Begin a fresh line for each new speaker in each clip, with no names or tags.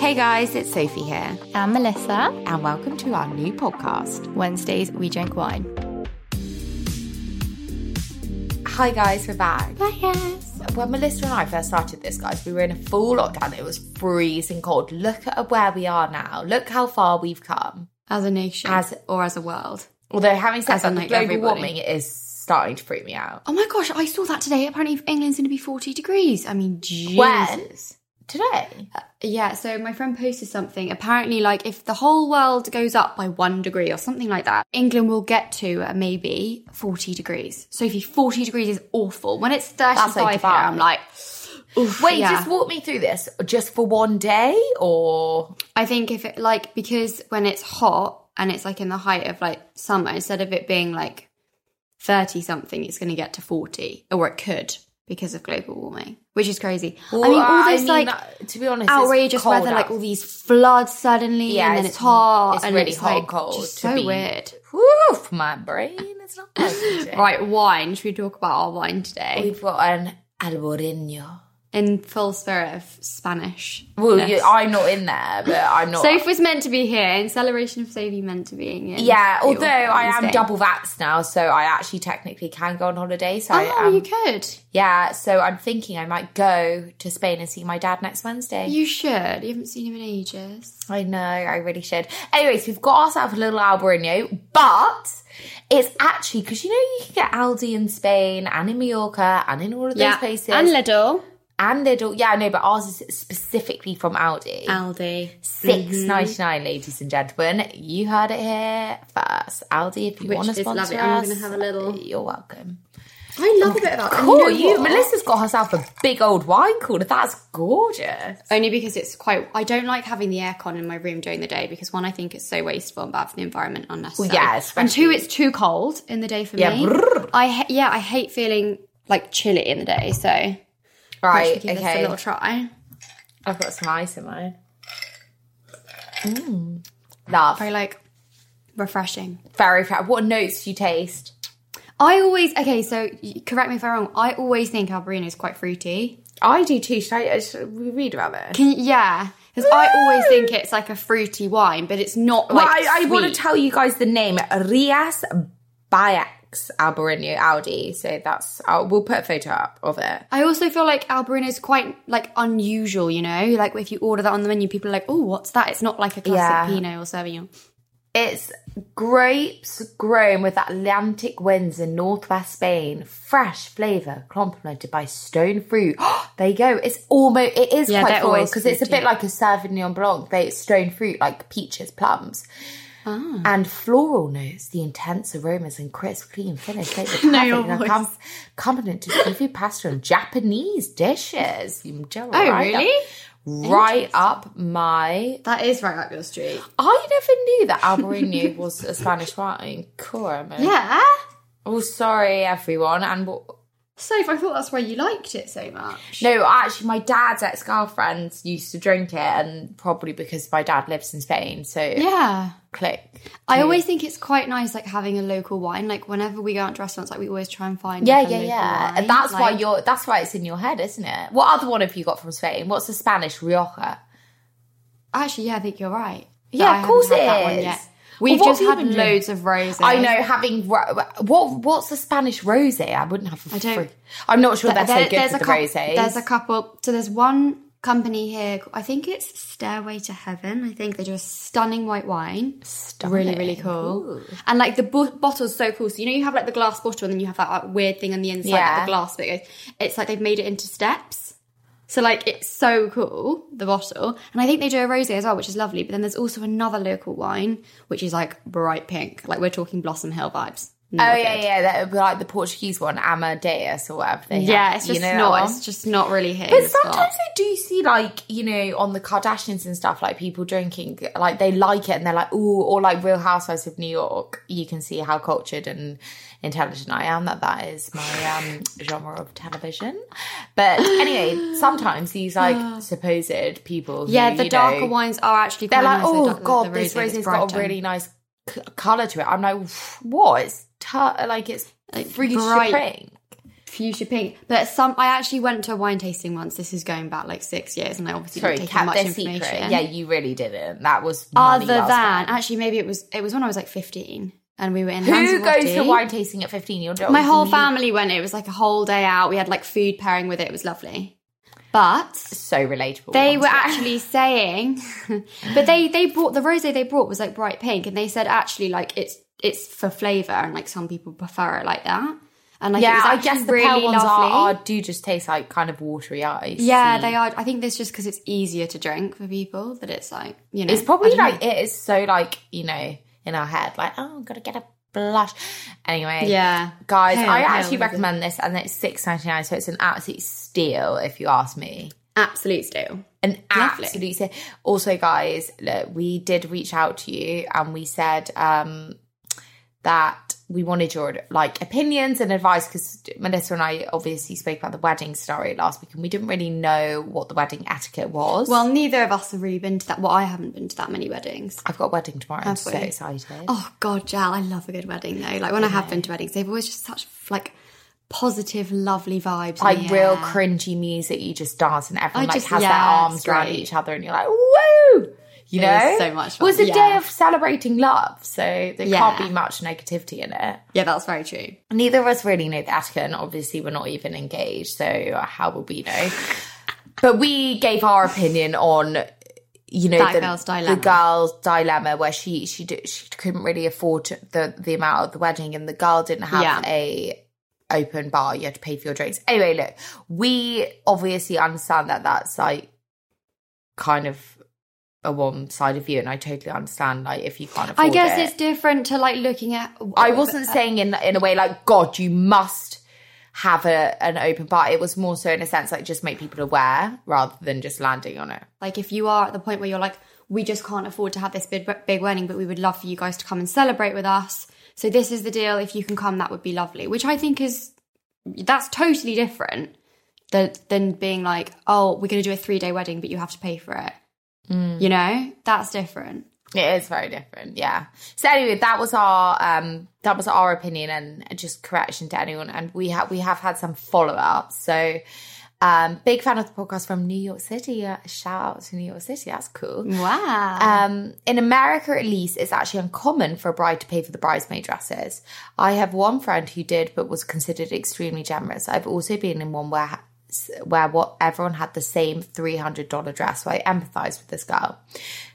Hey guys, it's Sophie here,
And Melissa,
and welcome to our new podcast.
Wednesdays we drink wine.
Hi guys, we're back. Yes. When Melissa and I first started this, guys, we were in a full lockdown. It was freezing cold. Look at where we are now. Look how far we've come.
As a nation.
As-
or as a world.
Although, having said
As
that,
in,
the
like,
global
everybody.
warming is starting to freak me out.
Oh my gosh, I saw that today. Apparently England's gonna be 40 degrees. I mean Jesus.
When? Today?
Yeah, so my friend posted something. Apparently, like if the whole world goes up by one degree or something like that, England will get to uh, maybe 40 degrees. Sophie, 40 degrees is awful. When it's 35
okay,
here, I'm like, oof,
Wait,
yeah.
just walk me through this. Just for one day, or
I think if it like because when it's hot and it's like in the height of like summer, instead of it being like thirty something, it's going to get to forty, or it could because of global warming, which is crazy. I mean,
Well,
all this
mean,
like
uh, to be honest, it's
outrageous
cold
weather, like
out.
all these floods suddenly,
Yeah,
and then
it's-
it's, hot,
it's
and
really
it's
hot and
like,
cold
just
to
so
be-
weird.
Woof, my brain is not processing.
Right, wine. Should we talk about our wine today?
We've got an alboreño.
In full spirit of Spanish.
Well, you, I'm not in there, but I'm not.
Soph was meant to be here in celebration of Sophie meant to being in.
yeah, although I am
Wednesday.
double vaxxed now, so I actually technically can go on holiday. So I
Oh,
am,
you could.
yeah, so I'm thinking I might go to Spain and see my dad next Wednesday.
You should. You haven't seen him in ages.
I know, I really should. Anyways, we've got ourselves a little Albarino, but it's actually because you know you can get Aldi in Spain and in Mallorca and in all of those places
And Lidl.
and Lidl. Yeah, I know, but ours is specifically from Aldi.
Aldi.
Six ninety nine, ladies and gentlemen. You heard it here first. Aldi, if you
Which
want to
is
sponsor
lovely.
us,
I'm Oh, gonna have a little-
You're welcome.
I love a bit of Aldi.
Cool,
know
you,
what?
Melissa's got herself a big old wine cooler. That's gorgeous.
Only because it's quite. I don't like having the aircon in my room during the day because one, I think it's so wasteful and bad for the environment, unnecessary.
Well, yeah,
and two,
especially-
it's too cold in the day for
Yeah,
me.
brrr.
I ha- yeah, I hate feeling like chilly in the day. So I
Right,
should give this a
okay.
little try.
I've got some ice in mine. Mm. Love.
Very like refreshing.
Very proud. What notes do you taste?
I always okay. So y- correct me if I'm wrong. I always think Albarino is quite fruity.
I do too. Should, I, uh, should we read about this?
Can you- yeah, because I always think it's like a fruity wine, but it's not like.
Well, I, I want to
sweet.
tell you guys the name Rias Bayax Albarino Aldi. So that's, i we'll put a photo up of it.
I also feel like Albarino is quite like unusual, you know. Like if you order that on the menu, people are like, "Oh, what's that?" It's not like a classic
Yeah.
Pinot or Sauvignon.
It's grapes grown with Atlantic winds in northwest Spain. Fresh flavour, complemented by stone fruit. there you go. It's almost it is
Yeah,
quite
they're
floral
always
because it's a
fruity.
bit like a Sauvignon Blanc. They it's stone fruit like peaches, plums.
Ah.
And floral notes, the intense aromas and crisp, clean finish make the
No, your
perfect
voice.
com- competent to seafood pasta and Japanese dishes. You do
Oh,
right
really?
Up, right up my
That is right up your street.
I never knew that Albarino was a Spanish wine. Cool, Emma.
Yeah.
Oh, sorry, everyone. And what?
Soph, I thought that's why you liked it so much.
No, actually, my dad's ex girlfriend used to drink it, and probably because my dad lives in Spain, so
Yeah.
click.
I always think it's quite nice, like having a local wine. Like whenever we go out to restaurants, like we always try and find.
Yeah,
like, a
yeah,
local
yeah.
wine.
That's why
Like-
you're. That's why it's in your head, isn't it? What other one have you got from Spain? What's the Spanish Rioja?
Actually, yeah, I think you're right.
Yeah,
That
of
I haven't
course
had
it
that one
is.
yet.
Well,
We've
what
just
have you
had
been doing?
loads of roses.
I know having ro- what? What's the Spanish rosé? I wouldn't have. For
I don't-
free. I'm not sure they're
There-
so good
there's
with the
a coup-
rosés.
There's a couple. So there's one company here. I think it's Stairway to Heaven. I think they do a stunning white wine. Really, really cool. And like the bo- bottle's so cool. So you know you have like the glass bottle, and then you have that like, weird thing on the inside, like,
Yeah.
the glass bit. goes- It's like they've made it into steps. So like it's so cool the bottle, and I think they do a rosé as well, which is lovely. But then there's also another local wine which is like bright pink, like we're talking Blossom Hill vibes.
oh yeah, yeah, that would be like the Portuguese one, Amadeus or whatever. They have.
Yeah, it's
You
just
know that
not.
one?
It's just not really hitting.
But
the spot.
sometimes I do see, like, you know, on the Kardashians and stuff, like people drinking, like they like it and they're like, ooh, or like Real Housewives of New York. You can see how cultured and intelligent I am, that that is my um, genre of television. But anyway, sometimes these, like, supposed people. Who,
yeah, the
you
darker
know,
wines are actually.
They're like,
quite nice, the
oh,
dark- the-
God,
the
this
rosé that's
rosé's got a
brighter."
really nice c- colour to it. I'm like, what? It's tu- like, it's
Like,
free
bright.
champagne.
fuchsia pink. But some, I actually went to a wine tasting once. This is going back like six years, and I obviously
Sorry,
didn't take in
kept
much
their
information.
secret. Yeah, you really didn't. That was money
Other
well
than
spent.
actually, maybe it was it was when I was like fifteen, and we were in
Who
Lanzarote.
goes to wine tasting at 15? You're
My whole family went. It was like a whole day out. We had like food pairing with it. It was lovely. But
So relatable.
they were
honestly.
actually saying, but they they brought the rosé they brought was like bright pink, and they said actually like it's it's for flavour, and like some people prefer it like that. And like it
Yeah,
was
I
actually
guess the
really
pale ones
lovely.
are, Hmm. are, do just taste like kind of watery ice.
Yeah, they are. I think that's just because it's easier to drink for people. That it's like you know,
It's probably like, it is so like, you know, in our head, like, oh, gotta get a blush. Anyway.
yeah,
Guys,
Pale,
I
pale
actually
is
recommend this and it's six ninety nine, so it's an absolute steal if you ask me.
absolute steal.
An
Lovely.
absolute steal. Also, guys, look, we did reach out to you and we said um, that we wanted your like opinions and advice because Melissa and I obviously spoke about the wedding scenario last week and we didn't really know what the wedding etiquette was.
Well, neither of us have really been to that. Well, I haven't been to that many weddings.
I've got a wedding tomorrow. I'm so
we?
excited.
Oh God, Jal, I love a good wedding though. Like when I have been to weddings, they've always just such like positive, lovely vibes. in
like
the
real
air.
cringy music, you just dance and everyone
I
like
just-
has their
yeah,
arms
it's
around
great.
each other and you're like, woo! You
It
know,
is so much
Well, it's
fun,
a day
yeah.
of celebrating love, so there can't
Yeah.
be much negativity in it.
Yeah, that's very true.
Neither of us really know the etiquette, and obviously we're not even engaged, so how would we know? but we gave our opinion on, you know,
That
the
girl's
the
dilemma.
girl's dilemma where she she d- she couldn't really afford to- the the amount of the wedding, and the girl didn't have
Yeah.
a open bar. You had to pay for your drinks. Anyway, look, we obviously understand that that's like kind of a one side of you, and I totally understand like if you can't afford.
I guess
it.
it's different to like looking at.
I wasn't saying in in a way like God, you must have a an open bar. It was more so in a sense like just make people aware rather than just landing on it.
Like if you are at the point where you're like, we just can't afford to have this big, big wedding, but we would love for you guys to come and celebrate with us. So this is the deal. If you can come, that would be lovely. Which I think is that's totally different than than being like, oh, we're going to do a three day wedding, but you have to pay for it. You know, that's different.
It is very different, yeah. So anyway, that was our um that was our opinion and just correction to anyone. And we have we have had some follow up. So um big fan of the podcast from New York City. Uh, shout out to New York City. That's cool.
Wow.
Um, in America, at least, it's actually uncommon for a bride to pay for the bridesmaid dresses. I have one friend who did, but was considered extremely generous. I've also been in one where where what everyone had the same three hundred dollar dress. So I empathise with this girl.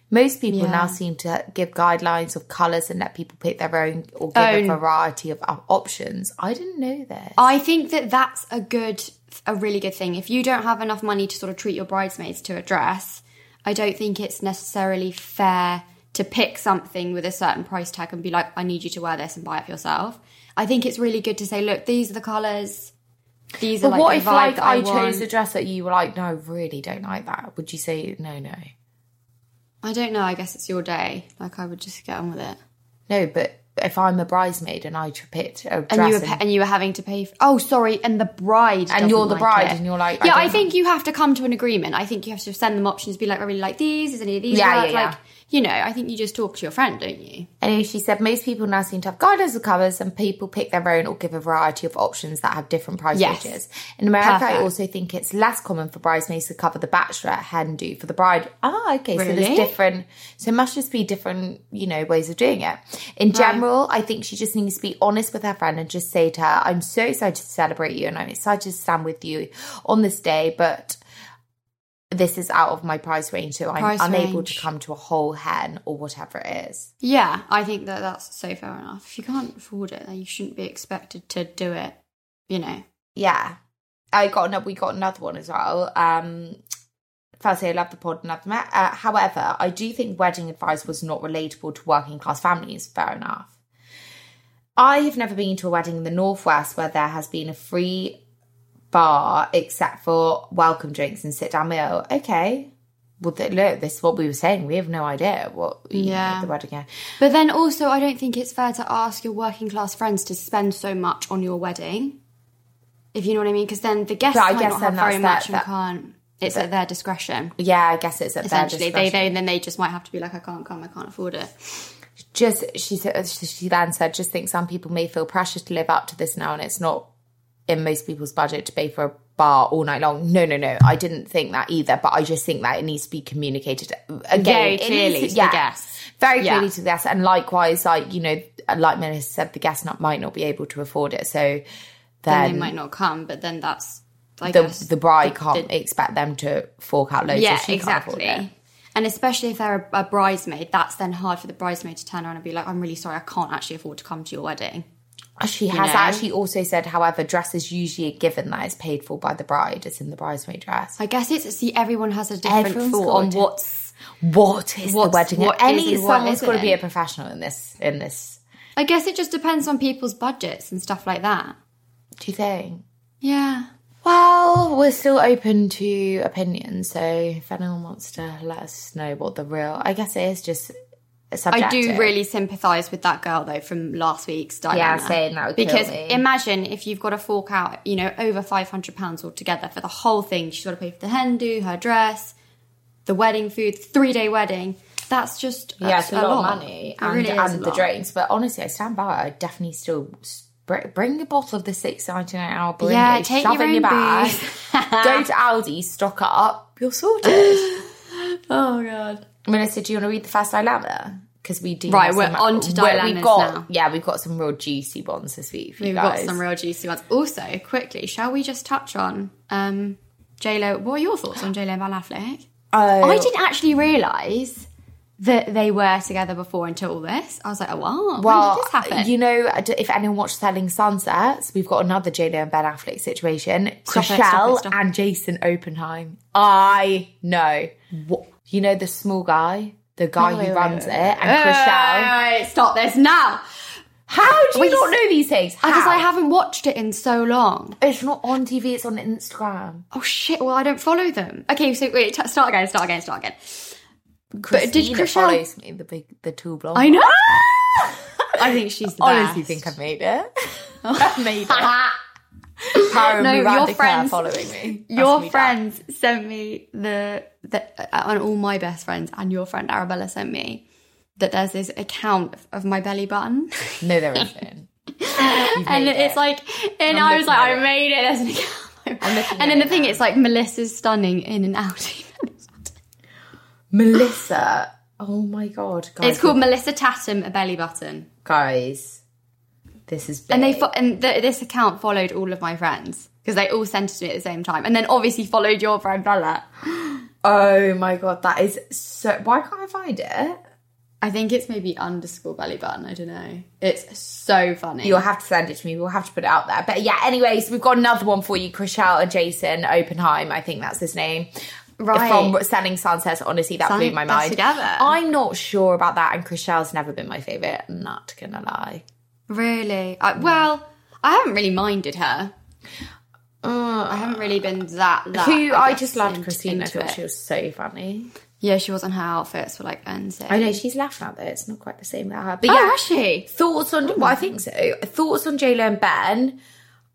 Most people now seem to give guidelines of colours and let people pick their own or give a
Own.
variety of op- options. I didn't know this.
I think that that's a good, a really good thing. If you don't have enough money to sort of treat your bridesmaids to a dress, I don't think it's necessarily fair to pick something with a certain price tag and be like, I need you to wear this and buy it for yourself. I think it's really good to say, look, these are the colours. These are
But
like
what
the
if
vibe
like
that I,
I, chose
want.
a dress that you were like, no, I really don't like that? Would you say no, no?
I don't know. I guess it's your day. Like I would just get on with it.
No, but if I'm a bridesmaid and I tr- picked a dress
And you were
and-
pa- and you were having to pay. For- oh, sorry. And the bride
And you're
doesn't
the
like
bride
it.
and you're like, I
yeah. I,
don't
think you have to come to an agreement. I think you have to send them options. Be like, I really like these. Is any of these?
Yeah,
work?
yeah, yeah.
Like, you know, I think you just talk to your friend, don't you?
Anyway, she said most people now seem to have guidelines of covers, and people pick their own or give a variety of options that have different price
Yes.
ranges. In America, I
Perfect.
also think it's less common for bridesmaids to cover the bachelorette head and do for the bride. Ah, okay, so
Really?
there's different. So it must just be different, you know, ways of doing it. In general, I think she just needs to be honest with her friend and just say to her, "I'm so excited to celebrate you, and I'm excited to stand with you on this day, but." This is out of my price range, so I'm
Price
unable
range.
to come to a whole hen or whatever it is.
Yeah, I think that that's so fair enough. If you can't afford it, then you shouldn't be expected to do it. You know.
yeah i got another we got another one as well um firstly i love the pod and love the mat uh, however i do think wedding advice was not relatable to working class families fair enough I have never been to a wedding in the Northwest where there has been a free bar except for welcome drinks and sit down meal. Okay. Well, th- look, this is what we were saying. We have no idea what you know,
Yeah.
the wedding.
But then also, I don't think it's fair to ask your working class friends to spend so much on your wedding. If you know what I mean, because then the guests
But I
might
guess
not
then
have very
that's
much
their-
and can't. It's at their discretion.
Yeah, I guess it's at their
Essentially, they
discretion.
don't. Then they just might have to be like, I can't come. I can't afford it.
Just she said uh, she then said, just think some people may feel pressure to live up to this now, and it's not in most people's budget to pay for a bar all night long. No, no, no. I didn't think that either, but I just think that it needs to be communicated again
Very
it
clearly
needs
to the guests.
Very
Yeah.
clearly to the guests, and likewise, like you know, like Melissa said, the guests not, might not be able to afford it, so
Then
then,
they might not come. But then that's. I
the
guess,
the bride can't expect them to fork out loads.
Yeah,
if she
exactly.
Can't afford it.
And especially if they're a, a bridesmaid, that's then hard for the bridesmaid to turn around and be like, I'm really sorry, I can't actually afford to come to your wedding.
She has
know?
actually also said, however, dress is usually a given that is paid for by the bride. It's in the bridesmaid dress.
I guess it's, see, everyone has a different
Everyone's
thought
got
on
a
what's.
What is
What's-
the wedding?
what
Any
is and what
someone's got to be a
isn't?
professional in this. In this,
I guess it just depends on people's budgets and stuff like that.
do you think?
Yeah.
Well, we're still open to opinion, so if anyone wants to let us know what the real, I guess it is just.
I
Subjective.
do really sympathise with that girl though from last week's Diana.
saying that would kill
because
me.
imagine if you've got to fork out, you know, over five hundred pounds altogether for the whole thing. She's got to pay for the hen do, her dress, the wedding food, three day wedding. That's just
Yeah, it's
that's
a lot, of money
It
and,
really is
and
a
the
lot.
drinks. But honestly, I stand by. it. I definitely still s- br- bring a bottle of the six ninety nine hour blend.
Yeah, take
shove
your
it in your
own
bag. go to Aldi, stock it up. You're sorted.
Oh god.
Melissa, do you want to read the first dilemma? Because we do.
Right,
have
we're
some-
on to
we-
dilemmas
got,
now.
Yeah, we've got some real juicy ones this week. For
We've
you
got
guys.
some real juicy ones. Also, quickly, shall we just touch on um J Lo? What are your thoughts on J Lo and Van Affleck?
Oh,
I didn't actually realise that they were together before until all this. I was like, oh wow,
Well,
when did this happen?
you know, I d- if anyone watched Selling Sunsets, we've got another JLo and Ben Affleck situation.
Stop it,
Chriselle
stop it, stop it.
and Jason Oppenheim. I know. What? You know the small guy, the guy who runs it, and Chriselle.
Hey, stop this now
How do you
Wait,
not know these things? How?
because I haven't watched it in so long.
It's not on TV. It's on Instagram.
Oh shit! Well, I don't follow them. Okay, so wait, t- start again, start again, start again.
But
did Chriselle-
follows me? The big, the two blonde.
I know. I think she's the
Honestly,
best.
think I've made it. I've made it. Karen
No, your
Miranda Kerr
friends-
following me. That's
your
me done.
friends sent me the, the uh, and all my best friends and your friend Arabella sent me that there's this account of my belly button.
No, there isn't.
and
made
it's
it.
like, and i was
looking
like,
at
I made it. There's an account.
looking
And
at
then the
it
thing, it's like Melissa's stunning in and out.
Melissa. Oh my god, guys.
it's called Melissa Tatum a belly button,
guys. This is big.
and they fo- and th- this account followed all of my friends because they all sent it to me at the same time, and then obviously followed your friend Bella.
oh my god, that is so. Why can't I find it?
I think it's maybe underscore belly button. I don't know. It's so funny.
You'll have to send it to me. We'll have to put it out there. But yeah, anyways, we've got another one for you, Chriselle and Jason Oppenheim. I think that's his name.
Right.
From Selling Sunsets. Honestly, that
Sun-
blew my
they're
mind.
together.
I'm not sure about that, and Chriselle's never been my favourite. Not gonna lie.
really? I, well, I haven't really minded her. I haven't really been that. that
Uh, Who I,
guess,
just loved
in-
Christina. I
into
thought
it.
she was so funny.
Yeah, she was on her outfits were like NSYNC.
I know she's left now though. It's not quite the same without her. But
Oh,
yeah,
is she?
Thoughts on? Well, I think so. Thoughts on JLo and Ben?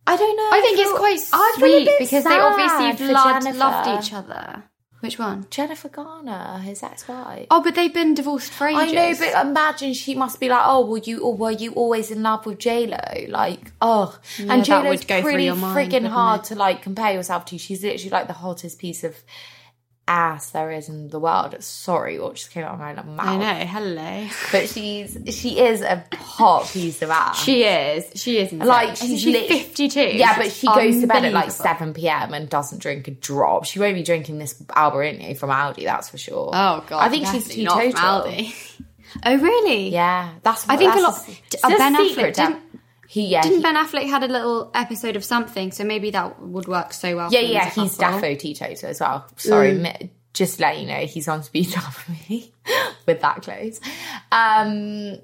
I don't know.
I think it's
feel-
quite
I feel a
sweet
bit
because they
sad
obviously
for
loved,
Jennifer.
loved each other. Which one?
Jennifer Garner, his ex-wife.
Oh, but they've been divorced for
I
ages.
know, but imagine she must be like, "Oh, were you or were you always in love with J Lo?" Like, oh, and
that
J Lo's
would go through
pretty
your mind,
friggin'
wouldn't
hard to like compare yourself to. She's literally like the hottest piece of ass there is in the world. Sorry, what just came out of my mouth.
I know. Hello.
but she's she is a hot piece of ass.
She is. She is. Insane.
Like,
Isn't
she's
she
lit-
fifty-two.
Yeah, but she goes to bed at like
Unbelievable.
7 p.m. and doesn't drink a drop. She won't be drinking this Albertini from Aldi, that's for sure.
Oh god.
I think she's
definitely
too
not from
total.
Aldi. oh really?
Yeah, that's.
I think a
that's
lot-
s-
d-
it's a
Ben
that-
Affleck didn't-
He yeah
Didn't
he-
Ben Affleck had a little episode of something? So maybe that would work so well. Mm.
yeah
for them
yeah
as a
he's
couple.
Daffo teetotal as well. Sorry, mi- just to let you know he's on speed dial for me with that clothes. Um,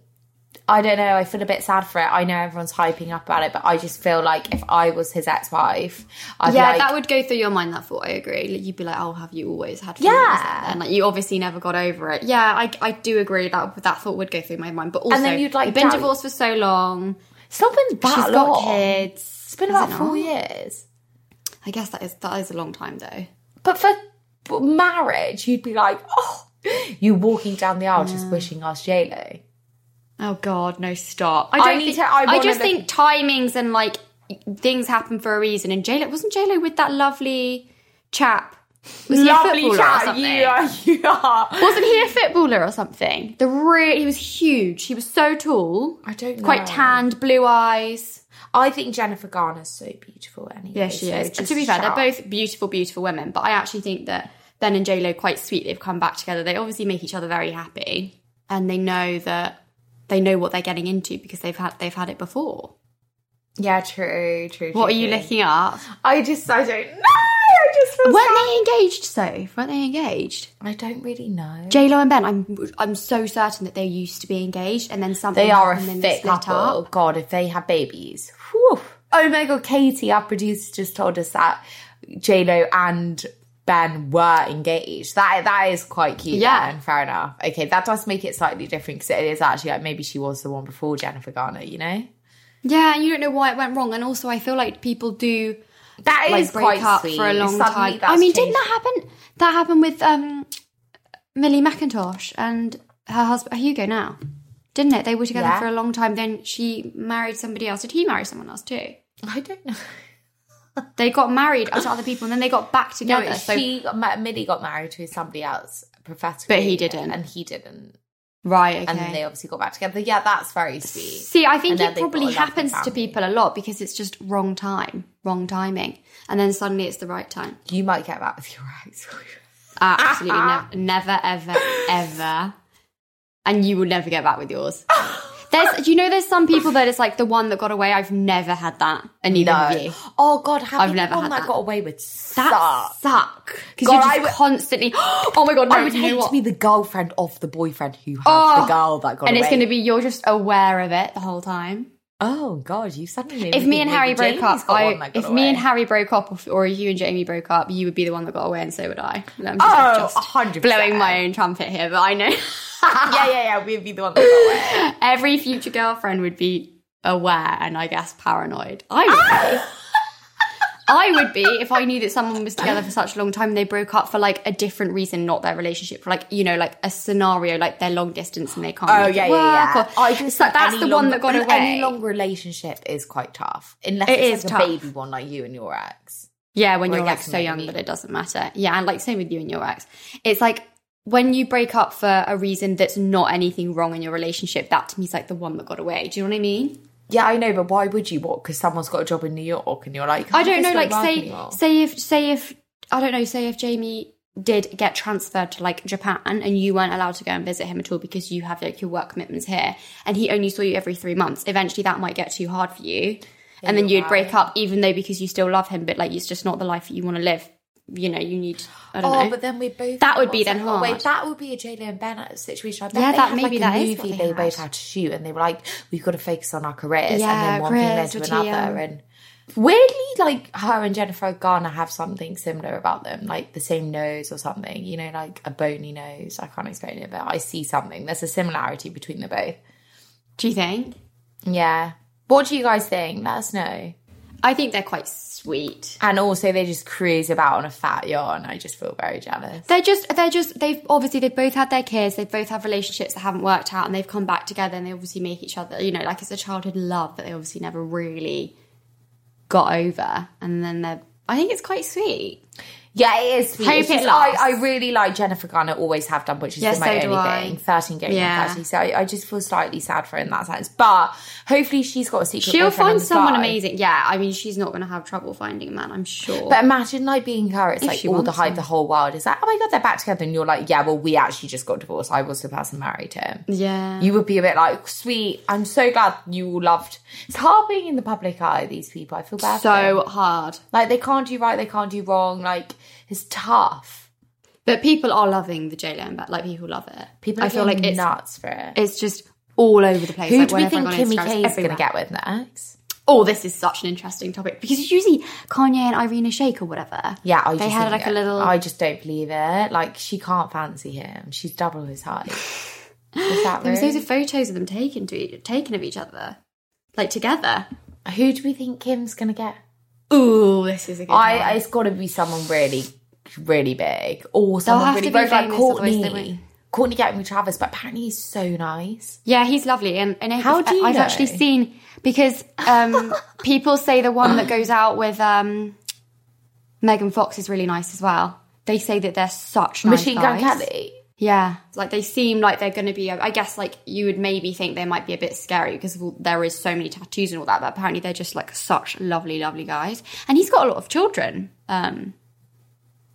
I don't know. I feel a bit sad for it. I know everyone's hyping up about it, but I just feel like if I was his ex-wife, I'd
yeah,
like,
that would go through your mind. That thought, I agree. Like, you'd be like, "Oh, have you always had feelings?"
Yeah.
and like you obviously never got over it. Yeah, I, I do agree that that thought would go through my mind. But also,
then you'd, like,
you've been
doubt-
divorced for so long.
it's not been that
She's
long.
got kids.
It's been
Has
about
it
four
not?
years.
I guess that is that is a long time though.
But for but marriage, you'd be like, oh, you walking down the aisle just wishing us JLo.
Oh God, no! Stop. I
I
don't
need
think,
to- I wanna
just
look-
think timings and like things happen for a reason. And J Lo wasn't J Lo with that lovely chap. Was he a footballer or something?
you are, you are.
Wasn't he a footballer or something? The re- he was huge. He was so tall.
I don't know.
Quite tanned, blue eyes.
I think Jennifer Garner's so beautiful. Anyway, so it's
To be
just
fair,
shout.
they're both beautiful, beautiful women. But I actually think that Ben and J Lo quite sweet. They've come back together. They obviously make each other very happy, and they know that they know what they're getting into because they've had they've had it before.
Yeah, true, true.
What are
true,
you
true.
looking up?
I just, I don't know. I just feel.
Weren't they engaged, Soph? Weren't they engaged?
I don't really know.
J Lo and Ben. I'm I'm so certain that they used to be engaged, and then something
They are a
happened and
fit
split
couple.
up.
God, if they had babies. Whew. Oh my God, Katie, our producer, just told us that J Lo and Ben were engaged. That that is quite cute.
Yeah.
then. fair enough. Okay, that does make it slightly different because it is actually like maybe she was the one before Jennifer Garner. You know,
Yeah, and you don't know why it went wrong. And also, I feel like people do
that is
like break
quite
up
sweet.
for a long
Suddenly
time.
that's
I mean,
changed.
didn't that happen? That happened with um, Millie McIntosh and her husband Hugo now, didn't it? They were together
Yeah.
for a long time. Then she married somebody else. Did he marry someone else too?
I don't know.
They got married to other people, and then they got back
No,
together. so
she got, ma- Millie got married to somebody else, Professor,
But he didn't.
and he didn't,
right, okay.
and they obviously got back together. Yeah, that's very sweet.
See, I think
And then
it
they've got
probably
a lovely
happens to
family.
people a lot because it's just wrong time, wrong timing, and then suddenly it's the right time.
You might get that with your ex.
Absolutely, nev- never, ever, ever, and you will never get back with yours. There's, do you know, there's some people that it's like the one that got away. I've never had that, and neither have you.
Oh God, having
I've never
the one
had
that,
that.
got away with
That
sucks.
suck because
God,
you're just
I would-
constantly. Oh my god, no,
I would
you know
hate to
what?
be the girlfriend of the boyfriend who had
Oh,
the girl that got
and
away.
it's going to be you're just aware of it the whole time.
Oh God, you suddenly. made
if me
think maybe
and Harry broke
Jamie's
up,
got
I,
one that got
if me and
away.
Harry broke up, or, or you and Jamie broke up, you would be the one that got away, and so would I. And I'm
Oh, 100%.
blowing my own trumpet here, but I know
yeah, yeah, yeah, we'd be the one that got away.
every future girlfriend would be aware and I guess paranoid. I would be. I would be if I knew that someone was together for such a long time and they broke up for like a different reason, not their relationship, for like you know, like a scenario, like they're long distance and they can't.
Oh
make
yeah,
it
yeah, yeah.
work, or-
I just
So
think
that's
any
the one
long-
that got away.
Any long relationship is quite tough, unless
It
it's
is
like a
tough.
baby one like you and your ex.
Yeah, when
Or
you're
I
like
guess
so young
maybe.
that it doesn't matter. Yeah, and like same with you and your ex. It's like when you break up for a reason that's not anything wrong in your relationship, that to me is like the one that got away. Do you know what I mean?
Yeah, I know, but why would you? What? Because someone's got a job in New York, and you're like,
I don't
"This
know, like
won't work
say
anymore."
say if say if I don't know, say if Jamie did get transferred to like Japan and you weren't allowed to go and visit him at all because you have like your work commitments here and he only saw you every three months, eventually that might get too hard for you. And then
you're
you'd break up even though because you still love him, but like it's just not the life that you want to live. You know, you need I don't
Oh,
know.
but then we both.
That would be then
Oh,
hard.
Wait, that would be a JLo and Ben situation. I bet
Yeah,
they
that-
had,
maybe
like,
that
a
is what
movie
they
they both
had.
had to shoot, and they were like, "We've got to focus on our careers," and
Yeah,
then one thing led
careers,
to
which,
another.
yeah.
And weirdly, like her and Jennifer Garner have something similar about them, like the same nose or something. You know, like a bony nose. I can't explain it, but I see something. There's a similarity between them both.
Do you think?
Yeah. What do you guys think? Let us know.
I think they're quite sweet.
And also, they just cruise about on a fat yacht, and I just feel very jealous.
They're just, they're just, they've obviously, they've both had their kids, they've both had relationships that haven't worked out, and they've come back together and they obviously make each other, you know, like it's a childhood love that they obviously never really got over. And then they're, I think it's quite sweet.
Yeah, it is. Sweet.
Hope
It's
it
just- I,
lasts.
I really like Jennifer Garner. Always have done, which is
Yeah,
my
so do
only
I.
thing. Thirteen going
Yeah.
on thirty. So I, I just feel slightly sad for her in that sense. But hopefully, she's got a secret.
She'll
boyfriend on
find
the
someone
side.
amazing. Yeah, I mean, she's not going to have trouble finding a man, I'm sure.
But imagine like being her. It's like
she
all the
wants
hype. The whole world is like, oh my god, they're back together, and you're like, yeah, well, we actually just got divorced. I was the person married to him.
yeah.
You would be a bit like, sweet. I'm so glad you all loved. It's hard being in the public eye. These people, I feel bad. for them.
so hard.
like they can't do right, they can't do wrong. Like it's tough.
But people are loving the J Lo and Bat. Like, people love it.
People, are
I feel like
going
it's
nuts for it.
it's just all over the place.
Who
like,
do we
whenever I'm
think
on
Kimmy
Instagram, it's
K is going to
everywhere.
get with next?
Oh, this is such an interesting topic because it's usually Kanye and Irina Shayk or whatever.
Yeah, I
they
just
had
think
like a
it-
little.
I just don't believe it. Like she can't fancy him. She's double his height. Is that
there was
rude?
loads of photos of them taken to e, taken of each other, like together.
Who do we think Kim's gonna get?
Ooh, this is a good
I. It's got to be someone really, really big, or someone
have
really
to be
big, like
famous, otherwise they
Courtney.
won't.
Courtney getting with Travis, but apparently he's so nice.
Yeah, he's lovely, and, and if-
How do you
I've
know?
actually seen because um, people say the one that goes out with um, Megan Fox is really nice as well. They say that they're such nice
Machine Gun
guys.
Kelly.
Yeah, like they seem like they're going to be. I guess like you would maybe think they might be a bit scary because of all, there is so many tattoos and all that. But apparently they're just like such lovely, lovely guys, and he's got a lot of children. Um,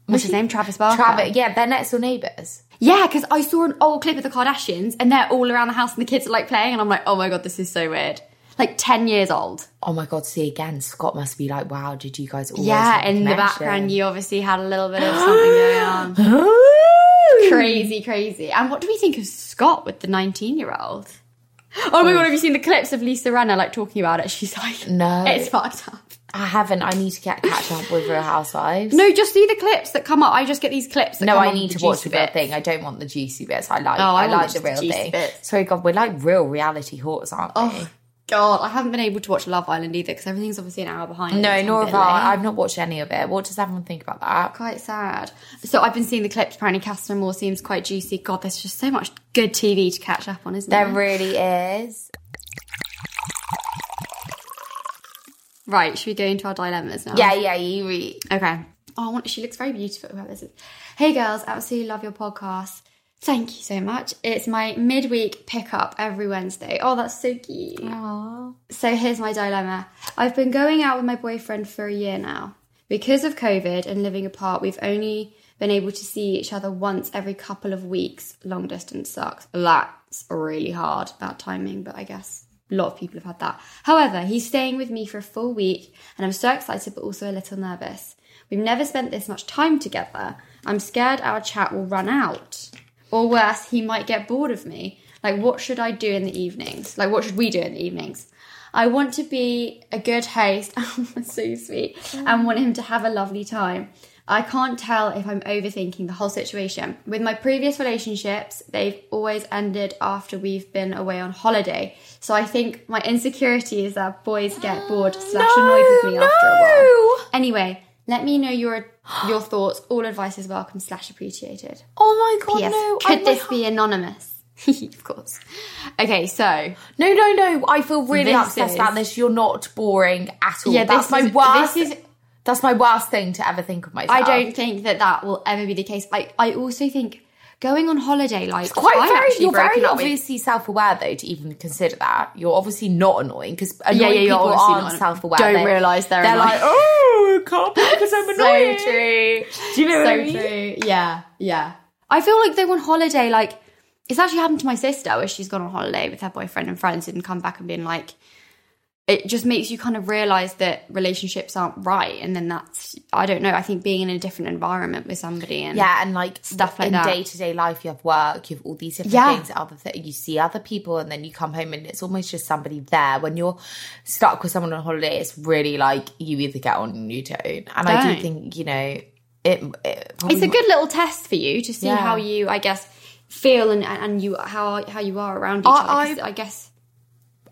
what's his name? Travis Barker.
Travis, yeah, they're next door neighbours.
Yeah, because I saw an old clip of the Kardashians and they're all around the house and the kids are like playing and I'm like, oh my god, this is so weird. Like ten years old.
Oh my god, see again, Scott must be like, wow, did you guys always
yeah,
have a
in the
connection?
background you obviously had a little bit of something going on. crazy, crazy. And what do we think of Scott with the nineteen year old? Oh my god, have you seen the clips of Lisa Renner like talking about it? She's like
No.
It's fucked up.
I haven't. I need to get catch up with Real Housewives.
No, just see the clips that come up. I just get these clips that
No,
come
I
up
need
with
to
the
watch the
juicy
real
bits.
thing. I don't want the juicy bits. I like.
Oh,
I,
I want
like the
the
real
juicy
thing.
bits.
Sorry, God, we're like real reality horse, aren't we?
Oh god, I haven't been able to watch Love Island either because everything's obviously an hour behind.
No,
It's a
nor
bit
have I.
late.
I've not watched any of it. What does everyone think about that?
quite sad. So I've been seeing the clips. Apparently, Castor Moore seems quite juicy. God, there's just so much good TV to catch up on, isn't
There
there?
really is.
Oh. right, should we go into our dilemmas now?
Yeah, yeah, you re-
Okay. Oh, I want, she looks very beautiful. Whoever this is. Hey, girls, absolutely love your podcast. Thank you so much. It's my midweek pickup every Wednesday. Oh, that's so cute. So here's my dilemma. I've been going out with my boyfriend for a year now. Because of COVID and living apart, we've only been able to see each other once every couple of weeks. Long distance sucks. That's really hard, that timing, but I guess a lot of people have had that. However, he's staying with me for a full week and I'm so excited but also a little nervous. We've never spent this much time together. I'm scared our chat will run out. Or worse, he might get bored of me. Like, what should I do in the evenings? Like, what should we do in the evenings? I want to be a good host. That's so sweet. And want him to have a lovely time. I can't tell if I'm overthinking the whole situation. With my previous relationships, they've always ended after we've been away on holiday. So I think my insecurity is that boys get bored slash annoyed with me after a
Oh,
while. Anyway, let me know your your thoughts. All advice is welcome slash appreciated.
Oh my God,
Yes.
no.
Could
I
this
would-
be anonymous? of course. Okay, so
No, no, no. I feel really
This
upset
is-
about this. You're not boring at all.
Yeah,
that's
this
my
is-
worst.
this is-
that's my worst thing to ever think of myself.
I don't think that that will ever be the case. I I also think going on holiday like
quite
I've
very.
actually
You're
broken
very
up with-
obviously self-aware though to even consider that. You're obviously not annoying because annoying
yeah, you're
people
obviously
aren't
not-
self-aware.
don't
They-
realise they're
They're
annoying.
like, oh, I can't because I'm annoying.
So true.
Do you know what I
so
mean?
true. Yeah, yeah. I feel like though on holiday, like it's actually happened to my sister where she's gone on holiday with her boyfriend and friends and come back and been like, it just makes you kind of realize that relationships aren't right, and then that's I don't know. I think being in a different environment with somebody and
Yeah, and like
Stuff like
in
that.
day to day life, you have work, you have all these different
Yeah.
things. Other th- you see other people, and then you come home, and it's almost just somebody there. When you're stuck with someone on holiday, it's really like you either get on and you don't. And I do
Don't.
think you know it. it probably
it's a good little test for you to see
Yeah.
how you, I guess, feel and and you how how you are around each
I-
other. 'cause I guess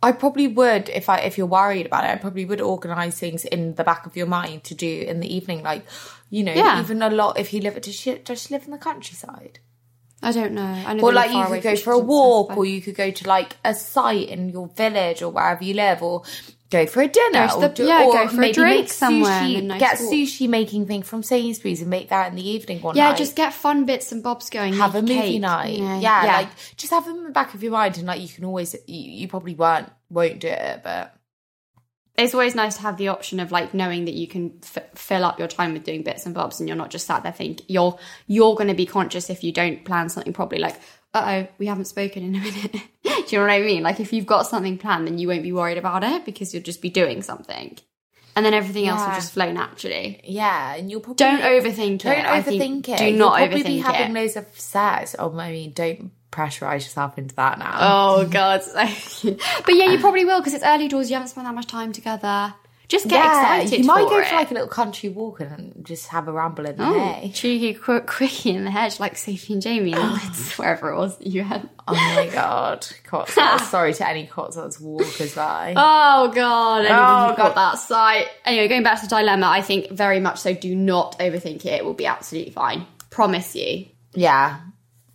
I probably would if I if you're worried about it. I probably would organise things in the back of your mind to do in the evening, like you know,
Yeah.
even a lot. If you live, does she does she live in the countryside?
I don't know. I know
Or
they
like
live
you
far away
could go
from
for a
each other,
walk,
but-
or you could go to like a site in your village or wherever you live, or go for a dinner,
Go to
or
the- yeah,
or
go for a
maybe
drink
make
somewhere and
Sushi,
a nice
get
walk.
sushi making thing from Sainsbury's and make that in the evening one
Yeah,
night.
just get fun bits and bobs going.
have a
make
movie
cake,
night.
you know.
Yeah, like just have them in the back of your mind, and like you can always you, you probably won't won't do it, but
it's always nice to have the option of like knowing that you can f- fill up your time with doing bits and bobs, and you're not just sat there thinking you're you're going to be conscious if you don't plan something properly. Like, uh oh, we haven't spoken in a minute. do you know what I mean? Like, if you've got something planned, then you won't be worried about it because you'll just be doing something, and then everything else will
Yeah.
just flow naturally.
yeah, and you'll probably
Don't overthink it.
Don't
I
overthink
think
it.
Do not
You'll probably
overthink
be having
it.
loads of sex. Or Oh, I mean, don't pressurize yourself into that now.
Oh God! but yeah, you probably will because it's early doors. You haven't spent that much time together. Just get excited.
You might
for
go
it.
for like a little country walk and just have a ramble in the
oh,
hay.
cheeky, quick, quickie in the hedge, like Sophie and Jamie, and that's wherever it was that you had.
Oh my god, Cotswolds. Sorry to any Cotswolds walkers, I.
Oh God! Anyone
Oh,
who got that sight. Anyway, going back to the dilemma, I think very much so. Do not overthink it. It will be absolutely fine. Promise you.
Yeah.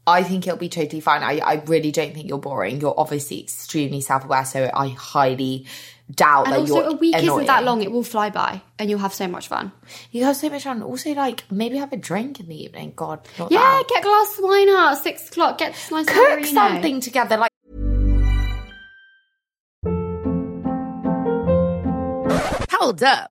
I think it'll be totally fine. I, I really don't think you're boring. You're obviously extremely self aware, so I highly doubt that
And also,
you're
a week
annoying.
isn't that long. It will fly by, and you'll have so much fun.
You have so much fun. Also, like maybe have a drink in the evening. God, not
Yeah,
that.
get a glass of wine out at six o'clock. Get nice and
cook
early, you know.
something together. Like
Hold up.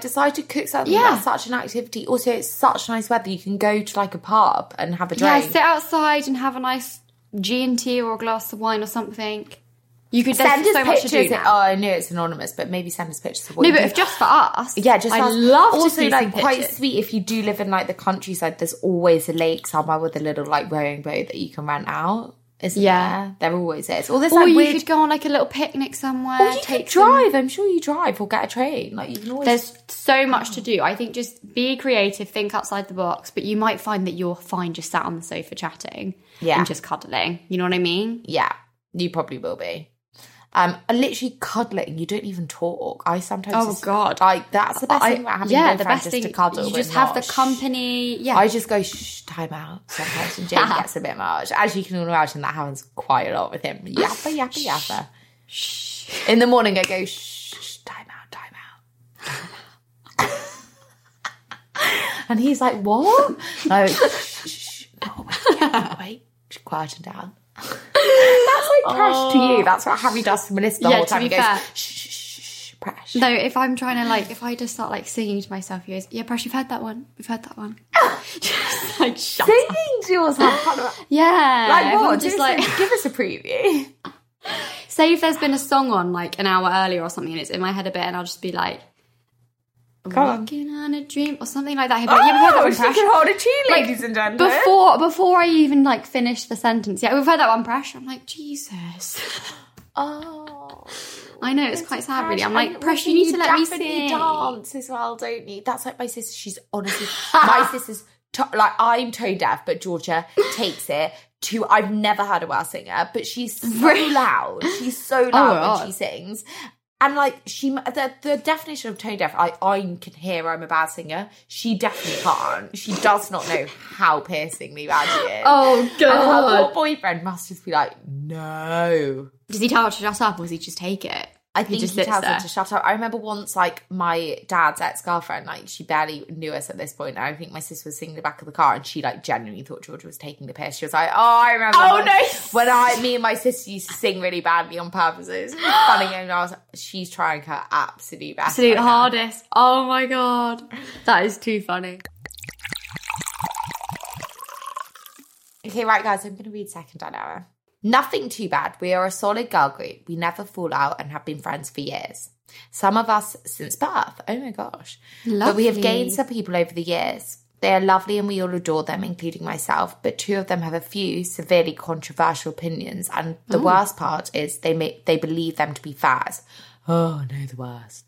decide to cook something.
Yeah.
that's such an activity. Also, it's such nice weather. You can go to like a pub and have a
Yeah,
drink.
sit outside and have a nice G and T or a glass of wine or something. You could there's
send us
so much to
pictures.
do.
and-
now.
oh, I know it's anonymous, but maybe send us pictures of what
No,
you
but
do.
if just for us,
Yeah, just
I
us-
love to
also
see
like
some
quite
pictures.
sweet if you do live in like the countryside. There's always a lake somewhere with a little like rowing boat that you can rent out. Isn't
Yeah.
there? There always is. Or there's
Or
like
you
weird.
could go on like a little picnic somewhere.
or you could
take some-
drive. I'm sure you drive or get a train. Like you can always.
There's so much to do. I think just be creative, think outside the box, but you might find that you're fine just sat on the sofa chatting
Yeah.
and just cuddling. You know what I mean?
yeah, you probably will be. Um, and literally cuddling. You don't even talk. I sometimes.
Oh,
just-
God.
Like that's the best
I-
thing about having
yeah,
a
the
boyfriend
best
is
thing
to cuddle.
you
and
just have the
not-
company. Yeah,
I just go shh, time out sometimes, and Jamie gets a bit much. As you can all imagine, that happens quite a lot with him. Yappa, yappa, yappa. Shh. In the morning, I go shh, shh, time out, time out, time out. and he's like, "What?" And I go, shh, shh, shh, no, wait, yeah, wait, just quieten down. That's like Prash to you. That's what Harry does to Melissa the
Yeah,
whole
to
time. He
be
goes
fair.
shh, shh, shh, shh, Prash.
No, if I'm trying to like, if I just start like singing to myself, you goes, yeah, Prash, you've heard that one. We've heard that one. just like, shut up.
Singing to us, I can't remember.
Yeah.
like
if I'm
what?
Just
Just
like,
give us a preview.
say if there's been a song on like an hour earlier or something and it's in my head a bit and I'll just be like,
Come on.
walking on Oh, a dream or something like that. Have you- you ever heard that one,
Oh, she
Prash?
can hold a tune,
Like,
ladies and gentlemen.
Before, before I even like finish the sentence, yeah, we've heard that one, Prash. I'm like, Jesus.
oh,
I know it's quite sad, really. I'm like,
press.
Prash, you need to let me sing.
dance as well, don't you? That's like my sister. She's honestly, my sister's to- like I'm toe deaf, but Georgia takes it. To I've never heard a well singer, but she's so
Really? Oh
loud. She's so loud when
God.
she sings. And like she, the, the definition of tone deaf, I, I can hear I'm a bad singer. She definitely can't. She does not know how piercingly bad she is.
Oh,
And her poor
God.
boyfriend must just be like, no.
Does he tell her to shut up or does he just take it?
I think he,
just sits
tells
there.
her to shut up. I remember once, like my dad's ex girlfriend, like she barely knew us at this point, and I think my sister was sitting in the back of the car, and she like genuinely thought Georgia was taking the piss. She was like, "Oh, I remember."
Oh,
when-
no.
When I, me and my sister used to sing really badly on purpose, it was funny, and I was, like, she's trying her absolute best.
absolute
right now.
hardest. Oh my god, that is too funny.
Okay, right, guys, I'm going to read second dilemma. Nothing too bad. We are a solid girl group. We never fall out and have been friends for years. Some of us since birth. Oh my gosh. But we have
Lovely.
gained some people over the years. They are lovely and we all adore them, including myself. But two of them have a few severely controversial opinions. And the worst part is they make, they believe them to be fads. Oh, no, the worst.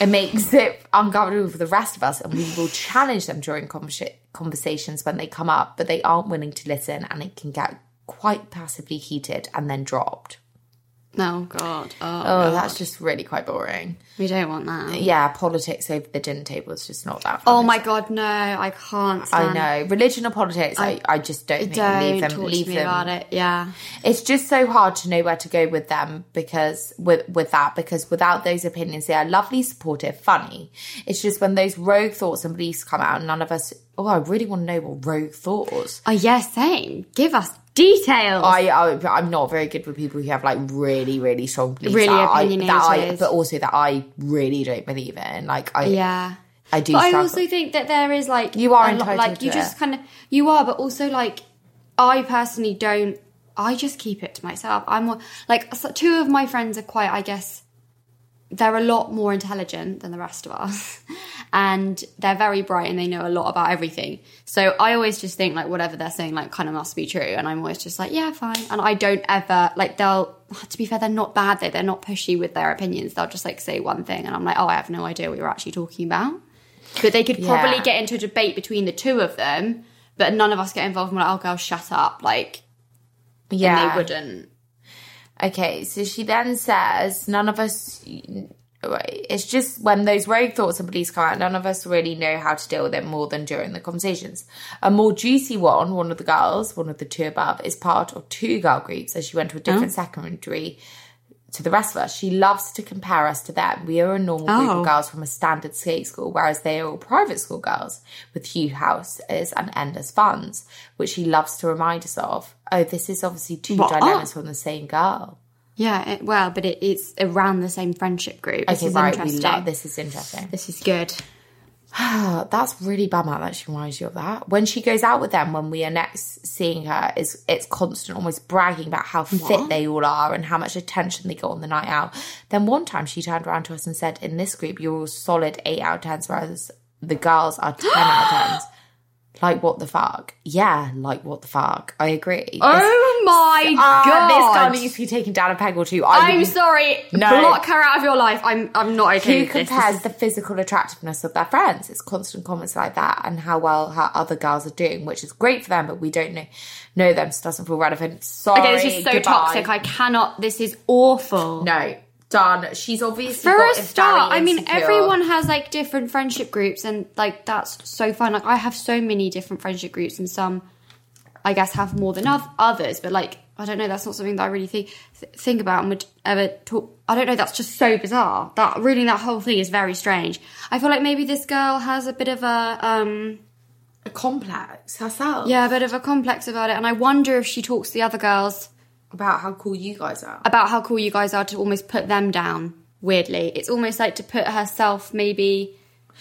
It makes it uncomfortable for the rest of us, and we will challenge them during conversa- conversations when they come up, but they aren't willing to listen, and it can get quite passively heated and then dropped.
Oh god, oh,
Oh, that's just really quite boring.
we don't want that.
Yeah, politics over the dinner table is just not that. Fun,
Oh
is
my
it?
god, no, I can't.
I
Stand.
know religion or politics. I, I just don't think
Don't
leave them.
talk
Leave
to me
them.
about it. Yeah,
It's just so hard to know where to go with them because with with that because without those opinions they are lovely, supportive, funny. It's just when those rogue thoughts and beliefs come out, none of us. Oh, I really want to know what rogue thoughts.
oh yeah, same. Give us Details.
I, I I'm not very good with people who have like really really strong beliefs
Really
that I,
opinionated.
that I but also that I really don't believe in. Like I
yeah.
I do.
But I
struggle.
also think that there is like
You are
a lot,
entitled
like
to
you
it.
just kind of you are, but also like I personally don't. I just keep it to myself. I'm more, like so two of my friends are quite. I guess they're a lot more intelligent than the rest of us, and they're very bright and they know a lot about everything. So I always just think like whatever they're saying like kind of must be true, and I'm always just like yeah fine. And I don't ever like they'll. To be fair, they're not bad though. They're not pushy with their opinions. They'll just like say one thing, and I'm like, oh, I have no idea what you're actually talking about. But they could probably
Yeah.
get into a debate between the two of them, but none of us get involved and we're like, oh, girl, shut up. Like,
yeah
and they wouldn't.
Okay, so she then says, none of us. It's just when those rogue thoughts and beliefs come out, none of us really know how to deal with it more than during the conversations. A more juicy one, one of the girls, one of the two above, is part of two girl groups as she went to a different secondary to the rest of us. She loves to compare us to them. We are a normal group
Oh.
of girls from a standard state school, whereas they are all private school girls with huge houses and endless funds, which she loves to remind us of. Oh, this is obviously two
What?
dilemmas from the same girl.
Yeah, it, well, but it, it's around the same friendship group. This
Okay,
is
right. We
interesting.
love, this is interesting.
This is good.
Oh, that's really bummer that she reminds you of that. When she goes out with them, when we are next seeing her, is it's constant, almost bragging about how fit they all are and how much attention they got on the night out. Then one time she turned around to us and said, "In this group, you're all solid eight out of tens, whereas the girls are ten out of tens. Like what the fuck? Yeah, like what the fuck? I agree. This-
Oh my
Ah,
God.
this girl needs to be taken down a peg or two. I
I'm
wouldn't-
sorry.
No.
Block her out of your life. I'm, I'm not okay
who
with this.
compares the physical attractiveness of their friends. It's constant comments like that and how well her other girls are doing, which is great for them, but we don't know know them, so it doesn't feel relevant. Sorry,
Okay, this is so
goodbye.
toxic. I cannot. This is awful.
no, done. She's obviously
For a
got- is
start,
very
I mean,
insecure.
everyone has like different friendship groups, and like that's so fun. Like, I have so many different friendship groups, and some, I guess, have more than oth- others. But like, I don't know. That's not something that I really think th- think about and would ever talk. I don't know. That's just so bizarre. That really, that whole thing is very strange. I feel like maybe this girl has a bit of a um,
a complex herself.
yeah, a bit of a complex about it, and I wonder if she talks to the other girls
about how cool you guys are.
about how cool you guys are to almost put them down. Weirdly, it's almost like to put herself maybe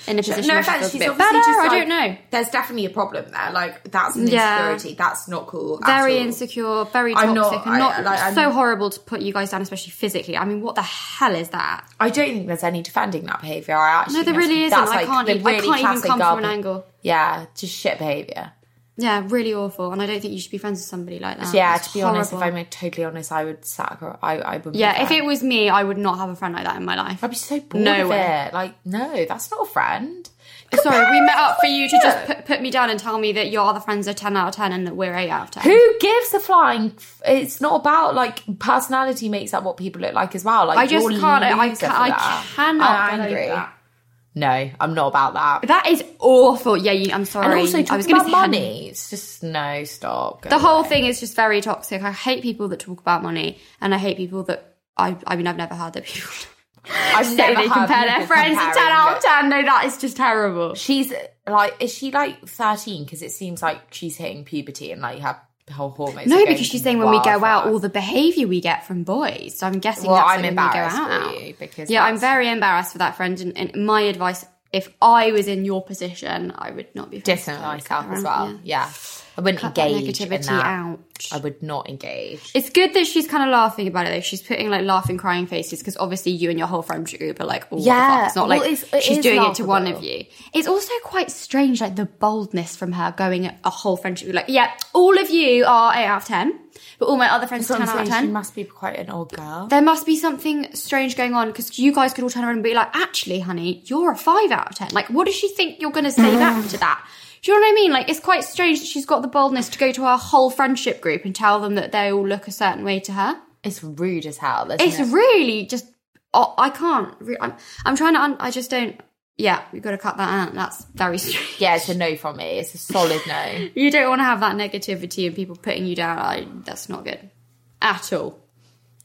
in a position
No
where she
offense,
feels a
she's
bit
obviously
better.
just.
I
like-
don't know.
There's definitely a problem there. Like that's an
Yeah.
insecurity. That's not cool. at
Very
all.
insecure, very
I'm
toxic,
not-
and not
I- like, I'm-
so horrible to put you guys down, especially physically. I mean, what the hell is that?
I don't think there's any defending that behaviour. I actually
No, there
think
really isn't.
that's,
I
like,
can't
the
even- I
really
can't even
classic
come from
girl
an
be-
angle.
Yeah, just shit behaviour.
Yeah, really awful, and I don't think you should be friends with somebody like that.
Yeah,
It's
to be honest, if
horrible.
I'm totally honest, I would sack her. I, I would.
yeah, if it was me, I would not have a friend like that in my life.
I'd be so bored
No
of
way.
it. Like, no, that's not a friend.
Sorry, we met up for you to just
Yeah.
put, put me down and tell me that your other friends are ten out of ten and that we're eight out of ten.
Who gives a flying? F- it's not about like personality makes up what people look like as well. Like,
I just
you're
can't- I- I
loser
ca-
for
I
that.
cannot
I'm
believe
angry.
that.
No, I'm not about that.
That is awful. Yeah, you, I'm sorry.
And also
I was
talking
gonna
about
say-
money, it's just no stop.
The whole thing is just very toxic. I hate people that talk about money, and I hate people that I. I mean, I've never heard that people
I've
say they
heard
compare their
people
friends to ten
comparing
out of ten. No, that is just terrible.
She's like, is she like 13? Because it seems like she's hitting puberty and like her whole hormones. are
No,
going
because she's saying when we go
wild
out,
for her.
all the behaviour we get from boys. So I'm guessing
Well,
that's
I'm
like when
embarrassed
we go out.
for you because
yeah, I'm
that's-
very embarrassed for that friend. And, and my advice, if I was in your position, I would not be friends
distance
with her.
myself as
Around,
well. Yeah, I wouldn't
uh, Cut that
engage in
negativity
that.
out.
I would not engage.
It's good that she's kind of laughing about it though. She's putting like laughing, crying faces because obviously you and your whole friendship group are like, oh, yeah.
Yeah.
It's not
Well,
like
it's- it
she's
is
doing it to one of
laughable.
you. It's also quite strange, like the boldness from her going at a whole friendship group. Like, yeah, all of you are eight out of ten, but all my other friends are ten out of
she
ten.
must be quite an old girl.
There must be something strange going on because you guys could all turn around and be like, actually, honey, you're a five out of ten. Like, what does she think you're going to say back to that? Do you know what I mean? Like, it's quite strange that she's got the boldness to go to her whole friendship group and tell them that they all look a certain way to her.
It's rude as hell. Isn't
It's
it?
really just. Oh, I can't. Re- I'm, I'm trying to. Un- I just don't. Yeah, we've got to cut that out. That's very strange.
yeah, it's a no from me. It's a solid no.
You don't want to have that negativity and people putting you down. I, that's not good at all.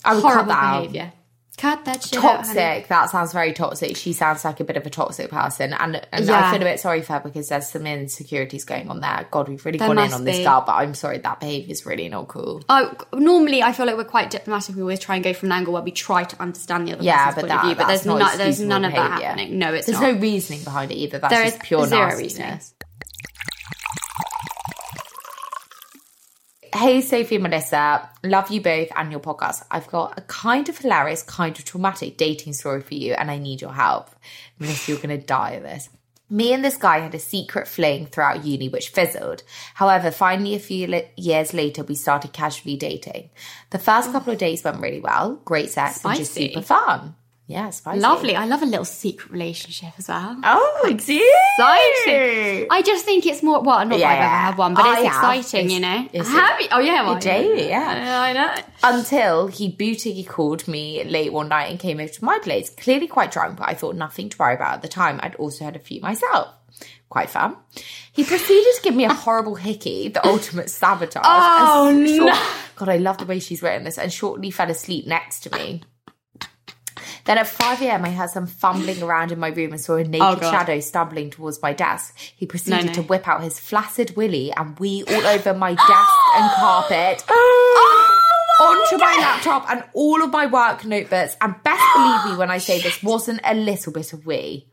I would cut
Horrible
that out.
behaviour. Cut that shit out, honey.
toxic. That sounds very toxic. She sounds like a bit of a toxic person, and and I
Yeah.
feel a bit sorry for her because there's some insecurities going on there. God, we've really
There
gone in
must
on this
be.
girl, but I'm sorry that behaviour is really not cool.
Oh, normally I feel like we're quite diplomatic. We always try and go from an angle where we try to understand the other
Yeah,
person's
but
point of
that,
view, but
that's
there's
not
no- there's
excusable
none of that
behaviour.
happening. No, it's
there's
not.
no reasoning behind it either. That's
There
just
is
pure
zero reasoning.
nastiness. Hey Sophie and Melissa, love you both and your podcast. I've got a kind of hilarious, kind of traumatic dating story for you, and I need your help. Melissa, you're gonna die of this. Me and this guy had a secret fling throughout uni, which fizzled. However, finally, a few li- years later, we started casually dating. The first couple of dates went really well, great sex, and just
Spicy.
super fun. Yeah, spicy.
Lovely. I love a little secret relationship as well.
Oh,
Exciting. I just think it's more. Well, not
Yeah,
that I've
yeah.
ever had one, but
I
it's
have.
exciting,
It's-
you know.
it's-
Have you? Oh yeah, well,
Jamie, yeah.
I know.
Until he booty called me late one night and came over to my place, clearly quite drunk, but I thought nothing to worry about at the time. I'd also had a few myself. Quite fun. He proceeded to give me a horrible hickey, the ultimate sabotage.
Oh,
and
no.
God, I love the way she's written this, and shortly fell asleep next to me. Then at 5 a.m., I heard some fumbling around in my room and saw a naked
Oh, God.
shadow stumbling towards my desk. He proceeded
No, no.
to whip out his flaccid willy and wee all over my desk and carpet
Oh,
Oh! onto my laptop and all of my work notebooks. And best believe me when I say this wasn't a little bit of wee.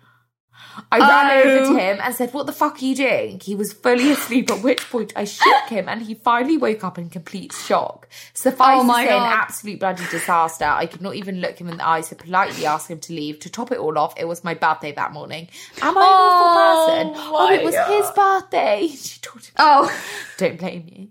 I
Oh.
ran over to him and said, What the fuck are you doing? He was fully asleep, at which point I shook him and he finally woke up in complete shock. Suffice
Oh my
to say, an
God.
absolute bloody disaster. I could not even look him in the eye, so politely asked him to leave. To top it all off, it was my birthday that morning. Am I
Oh
an awful person? Oh,
my
it was his birthday. She told him
Oh,
don't blame you.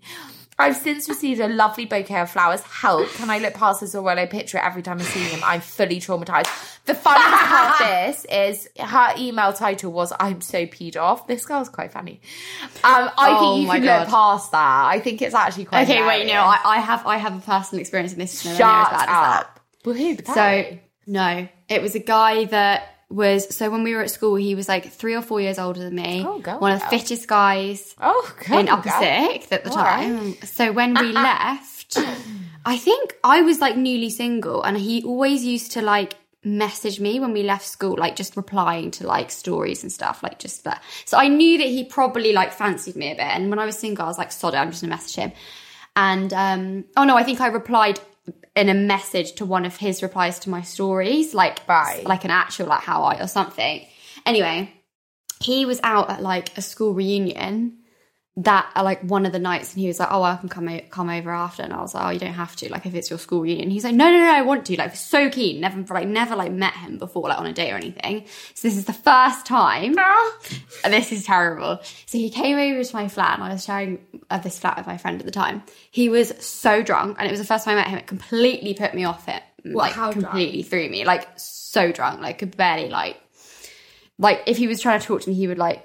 I've since received a lovely bouquet of flowers. Help! Can I look past this Orwello picture every time I see him? I'm fully traumatized. The funniest part of this is her email title was "I'm so peed off." This girl's quite funny. Um, I
Oh
think you
my
can
God.
look past that. I think it's actually quite.
okay. Wait, no.
hilarious.
I, I have. I have a personal experience in this. is nowhere near as
shut
bad as that.
up. Woohoo, but that-
So no, it was a guy that was so when we were at school, he was like three or four years older than me.
Oh, go
one of the
girl.
fittest guys
oh, God,
in Upper Sixth at the time. So when we left, I think I was like newly single, and he always used to like message me when we left school, like just replying to like stories and stuff, like just that. So I knew that he probably like fancied me a bit. And when I was single, I was like, sod it, I'm just gonna message him. And um, oh no, I think I replied in a message to one of his replies to my stories, like
Right.
like an actual like how I or something. Anyway, he was out at like a school reunion that uh, like one of the nights and he was like oh i can come, o- come over after and i was like oh you don't have to like if it's your school reunion he's like no no no i want to like so keen never like never like met him before like on a date or anything so this is the first time
Ah.
and this is terrible. So he came over to my flat, and I was sharing uh, this flat with my friend at the time. He was so drunk, and it was the first time I met him. It completely put me off it, like
how drunk?
completely threw me, like so drunk, like could barely like, like if he was trying to talk to me, he would like,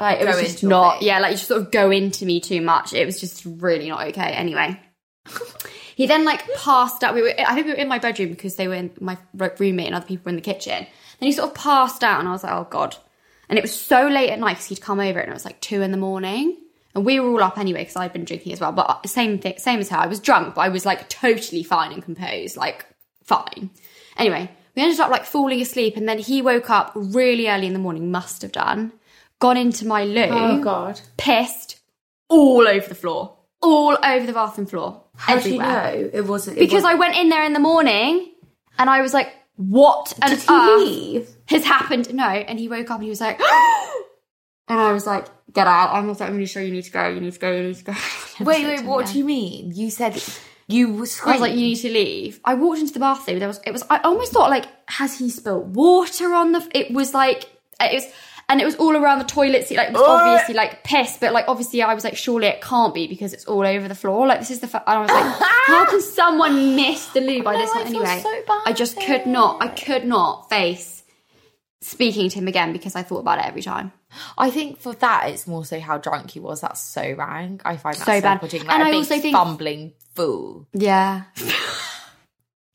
like it
Go
was just
into your
not,
face.
yeah, like just sort of go into me too much. It was just really not okay. Anyway. He then like passed out. We were, I think we were in my bedroom because they were in my r- roommate and other people were in the kitchen. Then he sort of passed out, and I was like, oh god. And it was so late at night because he'd come over, and it was like two in the morning, and we were all up anyway because I'd been drinking as well. But same thing, same as her. I was drunk, but I was like totally fine and composed, like fine. Anyway, we ended up like falling asleep, and then he woke up really early in the morning. Must have done. Gone into my loo
Oh, God.
pissed all over the floor, all over the bathroom floor,
How do you
everywhere.
know it wasn't?
Because I went in there in the morning and I was like, what on
did
earth
he leave?
has happened? No. And he woke up and he was like, and I was like, get out. I'm, like, I'm really sure you need to go, you need to go, you need to go.
Wait, wait. What do you mean? You said you were
I was
screaming.
like, you need to leave. I walked into the bathroom. There was, it was, I almost thought like, has he spilt water on the, f- it was like, it was, and it was all around the toilet seat. Like, it was obviously like piss, but like, obviously I was like, surely it can't be because it's all over the floor. Like, this is the, f-. and I was like, how can someone miss the loo by
No,
this
I
time
feel
anyway?
so bad.
I just could not, I could not face speaking to him again because I thought about it every time.
I think for that, it's more so how drunk he was. That's so rank. I find that
So
so,
bad.
bad. Like
And
a
I
big
also think-
fumbling fool.
Yeah.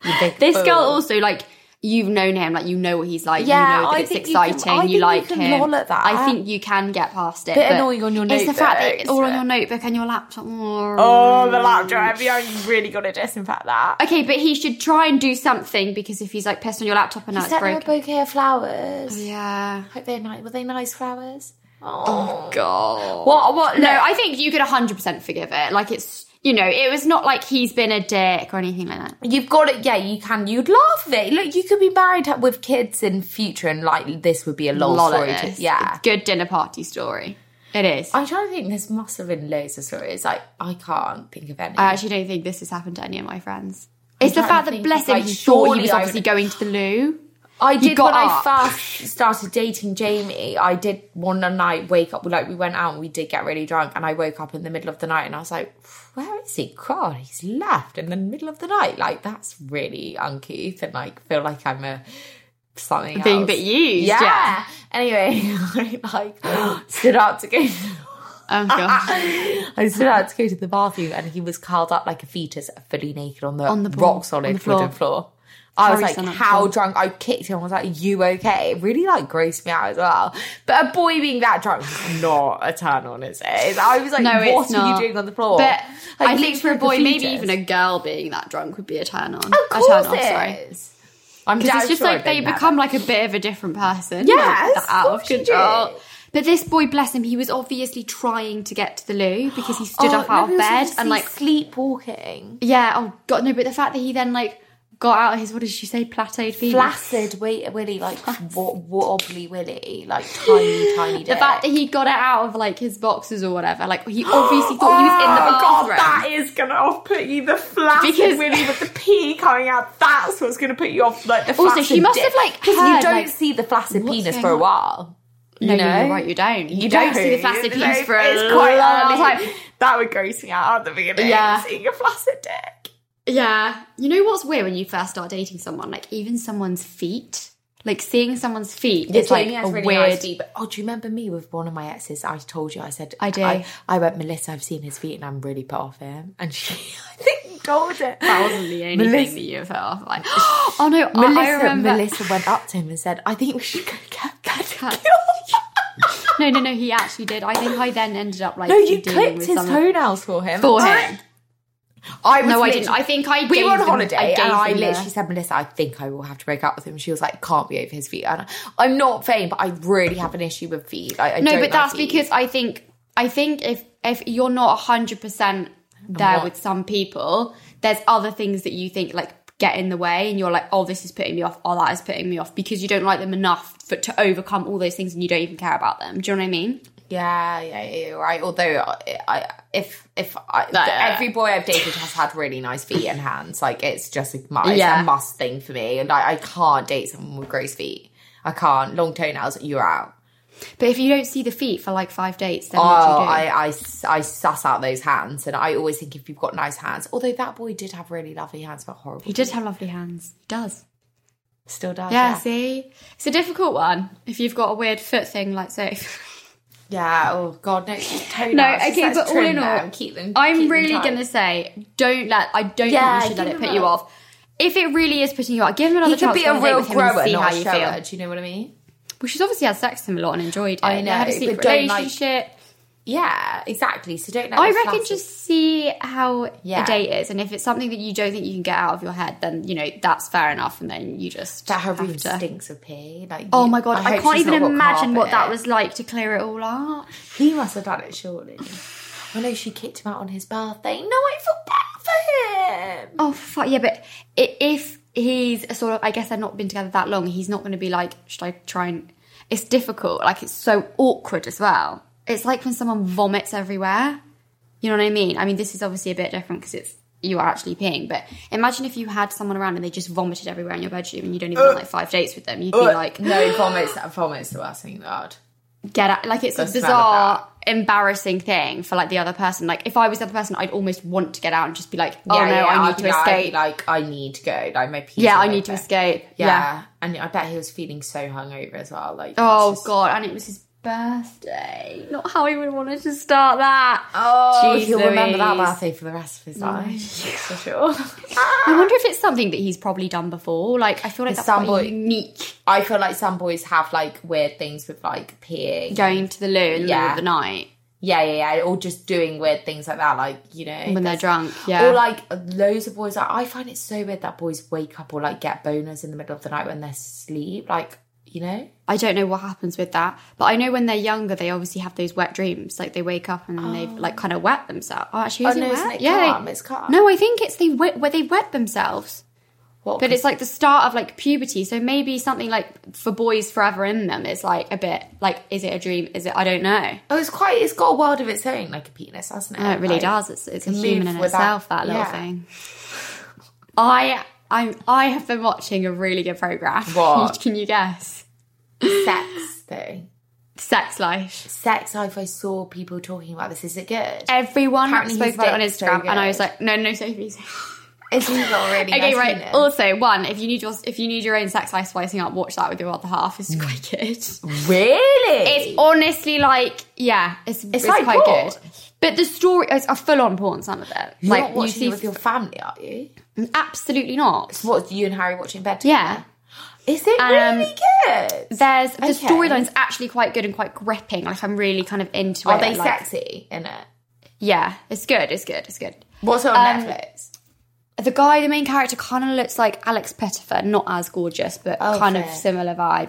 You big
This
fool.
girl also like you've known him, like you know what he's like.
Oh. Yeah,
you know that
I
it's
think you can-
exciting.
I think you
like
can
him.
loll at that.
I think you can get past it.
Bit
but
annoying on your
It's the fact that
notebook,
it's all on
but-
your notebook and your laptop.
Oh, the laptop. You really got to disinfect that.
Okay, but he should try and do something because if he's like pissed on your laptop and now
I
it's
sent her a
broken.
bouquet of flowers.
Yeah.
Hope they're nice. Were they nice flowers? Oh,
God.
what? What?
No, I think you could 100% forgive it. Like it's, you know, it was not like he's been a dick or anything like that.
You've got it. Yeah, you can. You'd laugh at it. Look, you could be married with kids in future, and like this would be a long
Lol
story.
at
to-
this.
yeah.
Good dinner party story. It is. I,
I'm trying to think. This must have been loads of stories. Like I can't think of any.
actually don't think this has happened to any of my friends. It's the
trying
fact
to
that,
think,
bless him,
like,
he thought he
surely
was
I would-
obviously going to the loo.
I did when
got up.
I first started dating Jamie. I did one night wake up. Like we went out and we did get really drunk, and I woke up in the middle of the night, and I was like, "Where is he? God, he's left in the middle of the night. Like that's really uncouth, and like feel like I'm a something
Being a
else.
bit used, yeah.
Anyway, I like stood up to go.
Oh,
Ah,
gosh.
I stood up to go to the bathroom, and he was curled up like a fetus, fully naked on the,
On the floor,
rock solid
on the floor.
wooden floor. I was
Carries
like,
on that
how
floor.
drunk? I kicked him. I was like, you okay? It really like grossed me out as well. But a boy being that drunk is not a turn on, is it? I was like,
No,
what
it's
are
not.
you doing on the floor?
But
Like,
I think for a
literally
boy,
the
maybe
fetus.
even a girl being that drunk would be a turn on.
Of course
a turn off, sorry.
it is. I'm
Because
damn
it's just
sure
like
I've
they
been there.
become like a bit of a different person.
Yes,
Like, they're out
of
of
course you
control.
do.
But this boy, bless him, he was obviously trying to get to the loo because he stood
Oh,
up out
no,
of
he was
bed
obviously
and like,
sleepwalking.
yeah, oh god, no. But the fact that he then like got out of his what did she say, plateaued feet.
Flaccid wait, Willy, like wo- wobbly Willy, like tiny, tiny dick.
The fact that he got it out of like his boxes or whatever, like he obviously thought he was in the
Oh, God,
bathroom.
that is gonna off put you the flaccid
Because-
Willy with the pee coming out. That's what's gonna put you off. Like the
Also,
flaccid
he must
dick.
have like
because
heard,
you don't
like,
see the flaccid
what's
penis
going
for a
on?
while.
no,
you know?
you're right, you don't. You, don't, see the flaccid
It's like-
penis for a
it's quite
long
early.
time.
That would gross me out at the beginning.
Yeah.
seeing a flaccid dick.
Yeah. You know what's weird when you first start dating someone? Like, even someone's feet. Like, seeing someone's feet is like a weird.
but oh, do you remember me with one of my exes? I told you, I said,
I do.
I, I went, Melissa, I've seen his feet and I'm really put off him. And she, I think, you told it.
That wasn't the only
Melissa-
thing that you fell off. Like, oh no, I- I
Melissa,
remember.
Melissa went up to him and said, I think we should go get, get,
Cut.
get off.
No, no, no, he actually did. I think I then ended up like.
No, you
dealing
clipped
with
his
someone
toenails for him.
For him.
I was
No, I
literally-
didn't. I think I.
we
gave
were on
them-
holiday,
gave
and I
them the-
literally said, Melissa, I think I will have to break up with him. She was like, can't be over his feet. And I- I'm not vain, but I really have an issue with feet. I, I
No,
don't
but
like
that's
feet.
because I think I think if if you're not hundred percent there
not.
with some people, there's other things that you think like get in the way, and you're like, oh, this is putting me off, oh, that is putting me off, because you don't like them enough for, to overcome all those things, and you don't even care about them. Do you know what I mean?
Yeah, yeah, yeah, you're right. Although, I, I if if I,
But- uh,
every boy I've dated has had really nice feet and hands, like it's just a, mu- it's
Yeah.
a must thing for me. And I, I can't date someone with gross feet. I can't. Long toenails, you're out.
But if you don't see the feet for like five dates, then
Oh,
what do you do?
I, I, s- I suss out those hands, and I always think if you've got nice hands. Although that boy did have really lovely hands, but horrible.
he does have lovely hands. He does.
still does.
Yeah,
Yeah,
see? It's a difficult one if you've got a weird foot thing like Sophie.
yeah. Oh God, no toenails.
No,
just
okay,
let's
but all
trim
in all,
them, keep them. keep
I'm
them
really
tight.
gonna say, don't let. I don't
Yeah,
think you should let
give
it
him
put you
up.
off. If it really is putting you off, give him
He
another
could
chance.
be
go
a
on date
real
with him and
grower,
see
not
how
a
you
shower.
feel.
Do you know what I mean?
Well, she's obviously had sex with him a lot and enjoyed it.
I
They had a
know,
secret
but don't, like-
relationship.
Yeah, exactly. So don't. Let
I
the
reckon
flaccid-
just see how
Yeah.
the date is, and if it's something that you don't think you can get out of your head, then you know that's fair enough, and then you just
that her
have
room
to-
stinks of pee. Like,
Oh
you-
my god, I,
hope
can't
she's
even
not got
imagine what that
carpet.
was like to clear it all up.
He must have done it surely. I know she kicked him out on his birthday. No, I feel bad for him.
Oh fuck yeah, but i- if he's a sort of, I guess they've not been together that long. He's not going to be like, should I try and? It's difficult. Like it's so awkward as well. It's like when someone vomits everywhere. You know what I mean? I mean, this is obviously a bit different because it's you are actually peeing. But imagine if you had someone around and they just vomited everywhere in your bedroom and you don't even have like five dates with them. You'd be like,
No, vomits. Vomits the worst thing in the world.
get out. Like it's a
The smell of
bizarre, embarrassing thing for like the other person. Like if I was the other person, I'd almost want to get out and just be like, oh no, I need to escape.
Like I need to go. Like my pee.
yeah, I need to escape.
Yeah.
yeah.
and I bet he was feeling so hungover as well. Like it's
Oh
just-
god, and it was his
birthday.
Not how he would wanted to start that.
Oh,
Jeez
he'll remember that
Louise. Mm.
birthday for the rest of his life. For sure.
I wonder if it's something that he's probably done before. Like, I feel like
Ah. It's
that's quite
somebody-
unique.
I feel like some boys have like weird things with like peeing. Yeah,
Going to the loo in the middle
Yeah.
of the night
yeah, yeah. Or just doing weird things like that, like, you know.
when they're
there's-
drunk. Yeah.
Or like loads of boys, like, I find it so weird that boys wake up or like get boners in the middle of the night when they're asleep. Like, you know?
I don't know what happens with that, but I know when they're younger, they obviously have those wet dreams. Like they wake up and they've like kind of wet thememselves. Oh, actually,
Oh,
is
no,
it
isn't
wet?
it
yeah,
calm? It's calm.
No, I think it's they wet where they wet themselves.
What
But it's like the start of like puberty, so maybe something like for boys forever in them is like a bit like is it a dream? Is it I don't know.
Oh, it's quite. It's got a world of its own, like a penis, hasn't it?
No, it really
Like,
does. It's it's a
move
human in
without-
itself. That little
yeah.
thing. I I'm I have been watching a really good program.
What?
can you guess?
Sex thing.
Sex life.
Sex life. I saw people talking about this. Is it good?
Everyone
Apparently
spoke
his
about it on
dick's so
Instagram, and I was
good.
like, no, no, Sophie. Sophie.
It's not really.
Okay,
nice
right.
penis.
Also, one, if you need your if you need your own sex life spicing up, watch that with your other half. It's
Mm.
quite good.
really?
It's honestly like, yeah, it's it's,
like
quite
porn.
good. But the story is a full on porn. Some of it,
You're
like
not watching
you
it with
see,
your family, are you?
absolutely not.
What you and Harry watching in bed?
Yeah,
together? Is it
Um,
really good?
there's the
Okay.
storyline's actually quite good and quite gripping. Like I'm really kind of into
Are
it.
they
like-
sexy in it?
Yeah, it's good. It's good. It's good.
What's on
um,
Netflix?
the guy, the main character, kind of looks like Alex Pettifer, not as gorgeous, but kind of
Oh, fair.
similar vibe.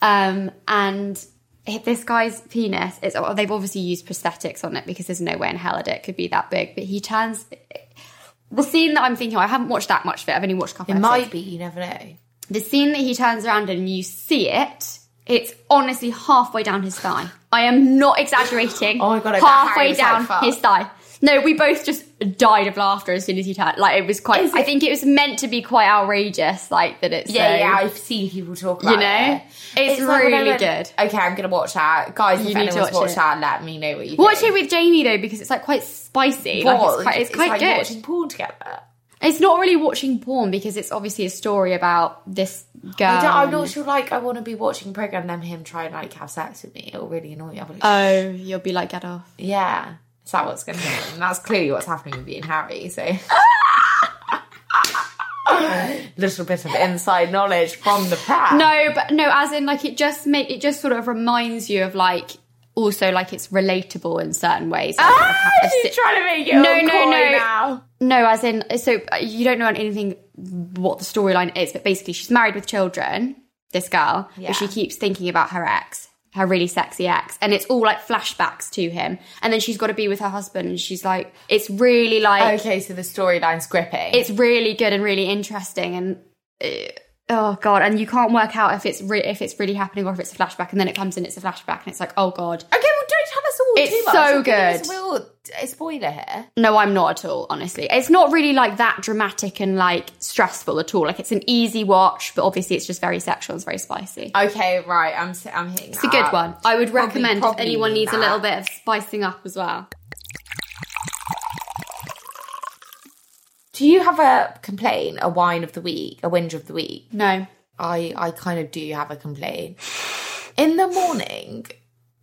Um, and h- this guy's penis is oh, they've obviously used prosthetics on it because there's no way in hell that it could be that big. But he turns the scene that I'm thinking. of, I haven't watched that much of it. I've only watched a couple.
It
episodes.
might be. You never know.
The scene that he turns around and you see it. It's honestly halfway down his thigh. I am not exaggerating.
Oh my God, I bet Harry
halfway
was like,
down
"Fuck."
his thigh. No, we both just died of laughter as soon as he turned. Like it was quite.
Is
I
it-
think it was meant to be quite outrageous, like that. It's
Yeah,
so-
yeah, I've seen people talk about
You know?
it.
It's
like when I
really
went-
good.
Okay, I'm gonna watch that, guys. If
You need to
anyone's
watch
watched
it.
that, let me know what you
Watch
think.
it with Jamie though because it's like quite spicy. Like it's
Well,
quite, it's quite
like
good.
Watching porn together.
It's not really watching porn because it's obviously a story about this girl.
I don't, I'm
and-
not sure. Like, I want to be watching a program, then him try and like have sex with me. It'll really annoy me. I'll be like,
Oh, you'll be like, get off.
yeah, is that what's going to happen? That's clearly what's happening with you and Harry. So, little bit of inside knowledge from the past.
No, but no, as in like it just make it just sort of reminds you of like also like it's relatable in certain ways. Like,
ah,
a si-
she's trying to make it
No,
all
no,
coy
no.
now.
no, as in so uh, you don't know anything what the storyline is, but basically she's married with children. This girl,
Yeah.
but she keeps thinking about her ex, her really sexy ex, and it's all like flashbacks to him. And then she's got to be with her husband, and she's like, it's really like
Okay, so the storyline's gripping.
it's really good and really interesting and uh, oh god and you can't work out if it's re- if it's really happening or if it's a flashback and then it comes in it's a flashback and it's like oh god
Okay, well, don't tell us all
It's
too much.
so
I think
good.
It's a real a spoiler here.
no i'm not at all honestly it's not really like that dramatic and like stressful at all like it's an easy watch but obviously it's just very sexual and it's very spicy
Okay, right. I'm s- I'm hitting.
it's a good one i would recommend if
Uh, probably
anyone needs a little
that.
bit of spicing up as well
Do you have a complaint, a wine of the week, a whinge of the week?
no
I I kind of do have a complaint. In the morning,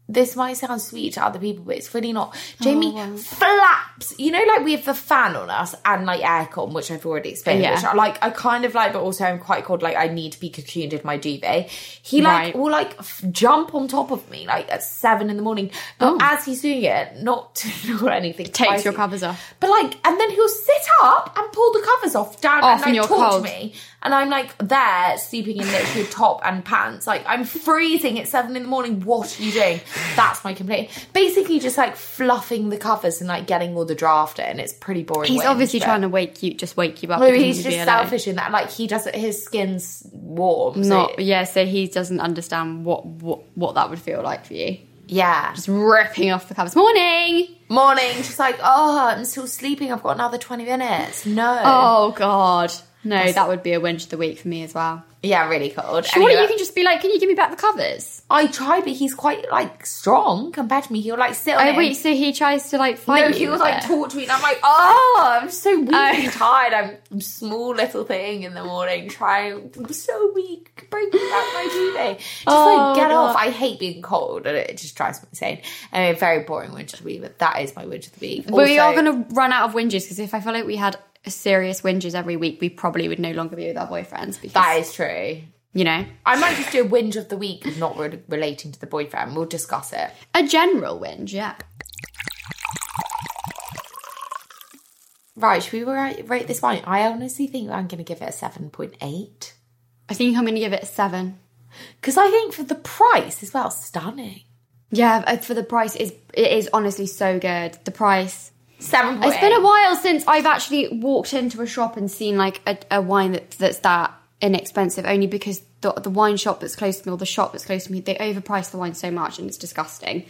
this might sound sweet to other people, but it's really not.
Oh,
Jamie flaps. You know, like we have the fan on us and like aircon, which I've already explained.
Yeah.
Which I like. I kind of like, but also I'm quite cold. Like I need to be cocooned in my duvet. He like
Right.
will like f- jump on top of me like at seven in the morning. But as he's doing it, not or anything.
Oh. Takes your
spicy.
covers off.
But like, and then he'll sit up and pull the covers off down
Off
and like
and you're
talk
cold.
to me. And I'm like there sleeping in literally top and pants. Like I'm freezing at seven in the morning. What are you doing? That's my complaint. Basically, just like fluffing the covers and like getting all the draft in. It's pretty boring.
he's
whinge,
obviously
but-
trying to wake you just wake you up
Maybe he's
because you'd
just
be alone.
selfish in that. Like he doesn't. His skin's warm. so-
not yeah so he doesn't understand what what what that would feel like for you
yeah.
just ripping off the covers. Morning.
Morning. Just like oh, I'm still sleeping. I've got another twenty minutes. No.
Oh God. No, that would be a winch of the week for me as well.
Yeah, really cold.
Surely
Anyway,
you can just be like, can you give me back the covers?
I tried, but he's quite like strong compared to me. He'll like sit on
Oh
it.
wait, so he tries to like fight
No,
you.
he was
with
like
it.
talk to me, and I'm like, oh, I'm so weak and
Oh.
tired. I'm a small little thing in the morning, trying. I'm so weak. Bring me back my due day. Just
Oh,
like get
God.
off. I hate being cold, and it just drives me insane. Anyway, very boring winter of the week, but that is my winter of the week.
But
Also-
we are going to run out of whinges because if I feel like we had serious whinges every week, we probably would no longer be with our boyfriends because
That is true.
you know
I might just do a whinge of the week, not re- relating to the boyfriend. We'll discuss it.
a general whinge. Yeah.
Right, should we write, rate this wine? I honestly think I'm going to give it a 7.8.
I think I'm going to give it a seven.
Because I think for the price as well, stunning.
Yeah, uh, for the price is it is honestly so good. The price.
7.8.
It's been a while since I've actually walked into a shop and seen like a, a wine that, that's that inexpensive. Only because the, the wine shop that's close to me or the shop that's close to me, they overprice the wine so much and it's disgusting.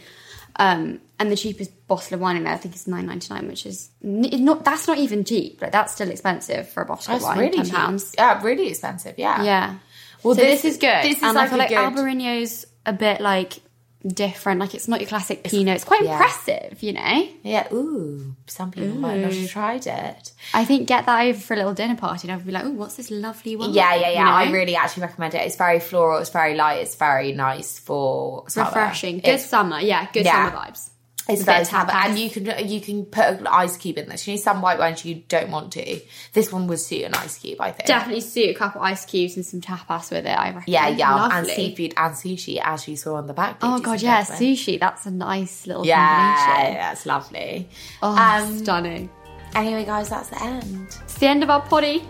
Um, and the cheapest bottle of wine in there, I think, is nine ninety nine, which is n- not that's not even cheap. Like that's still expensive for a bottle
That's
of wine,
really
ten
cheap.
pounds.
Yeah, really expensive. Yeah.
Yeah.
Well,
so this, is good.
This is
and
like
I feel
a
like
good.
Albarino's a bit like different. Like it's not your classic Pinot. It's quite
yeah.
impressive, you know.
Yeah. Ooh, some people might not have tried it.
I think get that over for a little dinner party, and I'd be like, "Oh, what's this lovely one?"
Yeah, yeah, yeah.
You
I
know?
really actually recommend it. It's very floral. It's very light. It's very nice for summer.
refreshing. Good
It's,
summer, yeah. Good
Yeah.
summer vibes.
it's
a bit
very
of
summer,
tapas.
and you can you can put an ice cube in this. You know, some white wines you don't want to. This one would suit an ice cube, I think.
Definitely suit a couple ice cubes and some tapas with it. I reckon.
Yeah, yeah, and
Lovely.
seafood and sushi, as you saw on the back.
Oh
ladies
god,
and
yeah,
gentlemen.
sushi. That's a nice little
Yeah,
combination.
that's lovely.
Oh,
um,
stunning.
anyway, guys, that's the end.
It's the end of our potty.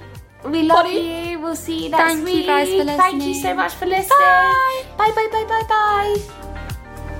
We love
Potty.
you. We'll see you next
Thank
week.
you guys for
Thank you
listening.
so much for listening. Bye. Bye, bye, bye, bye, bye.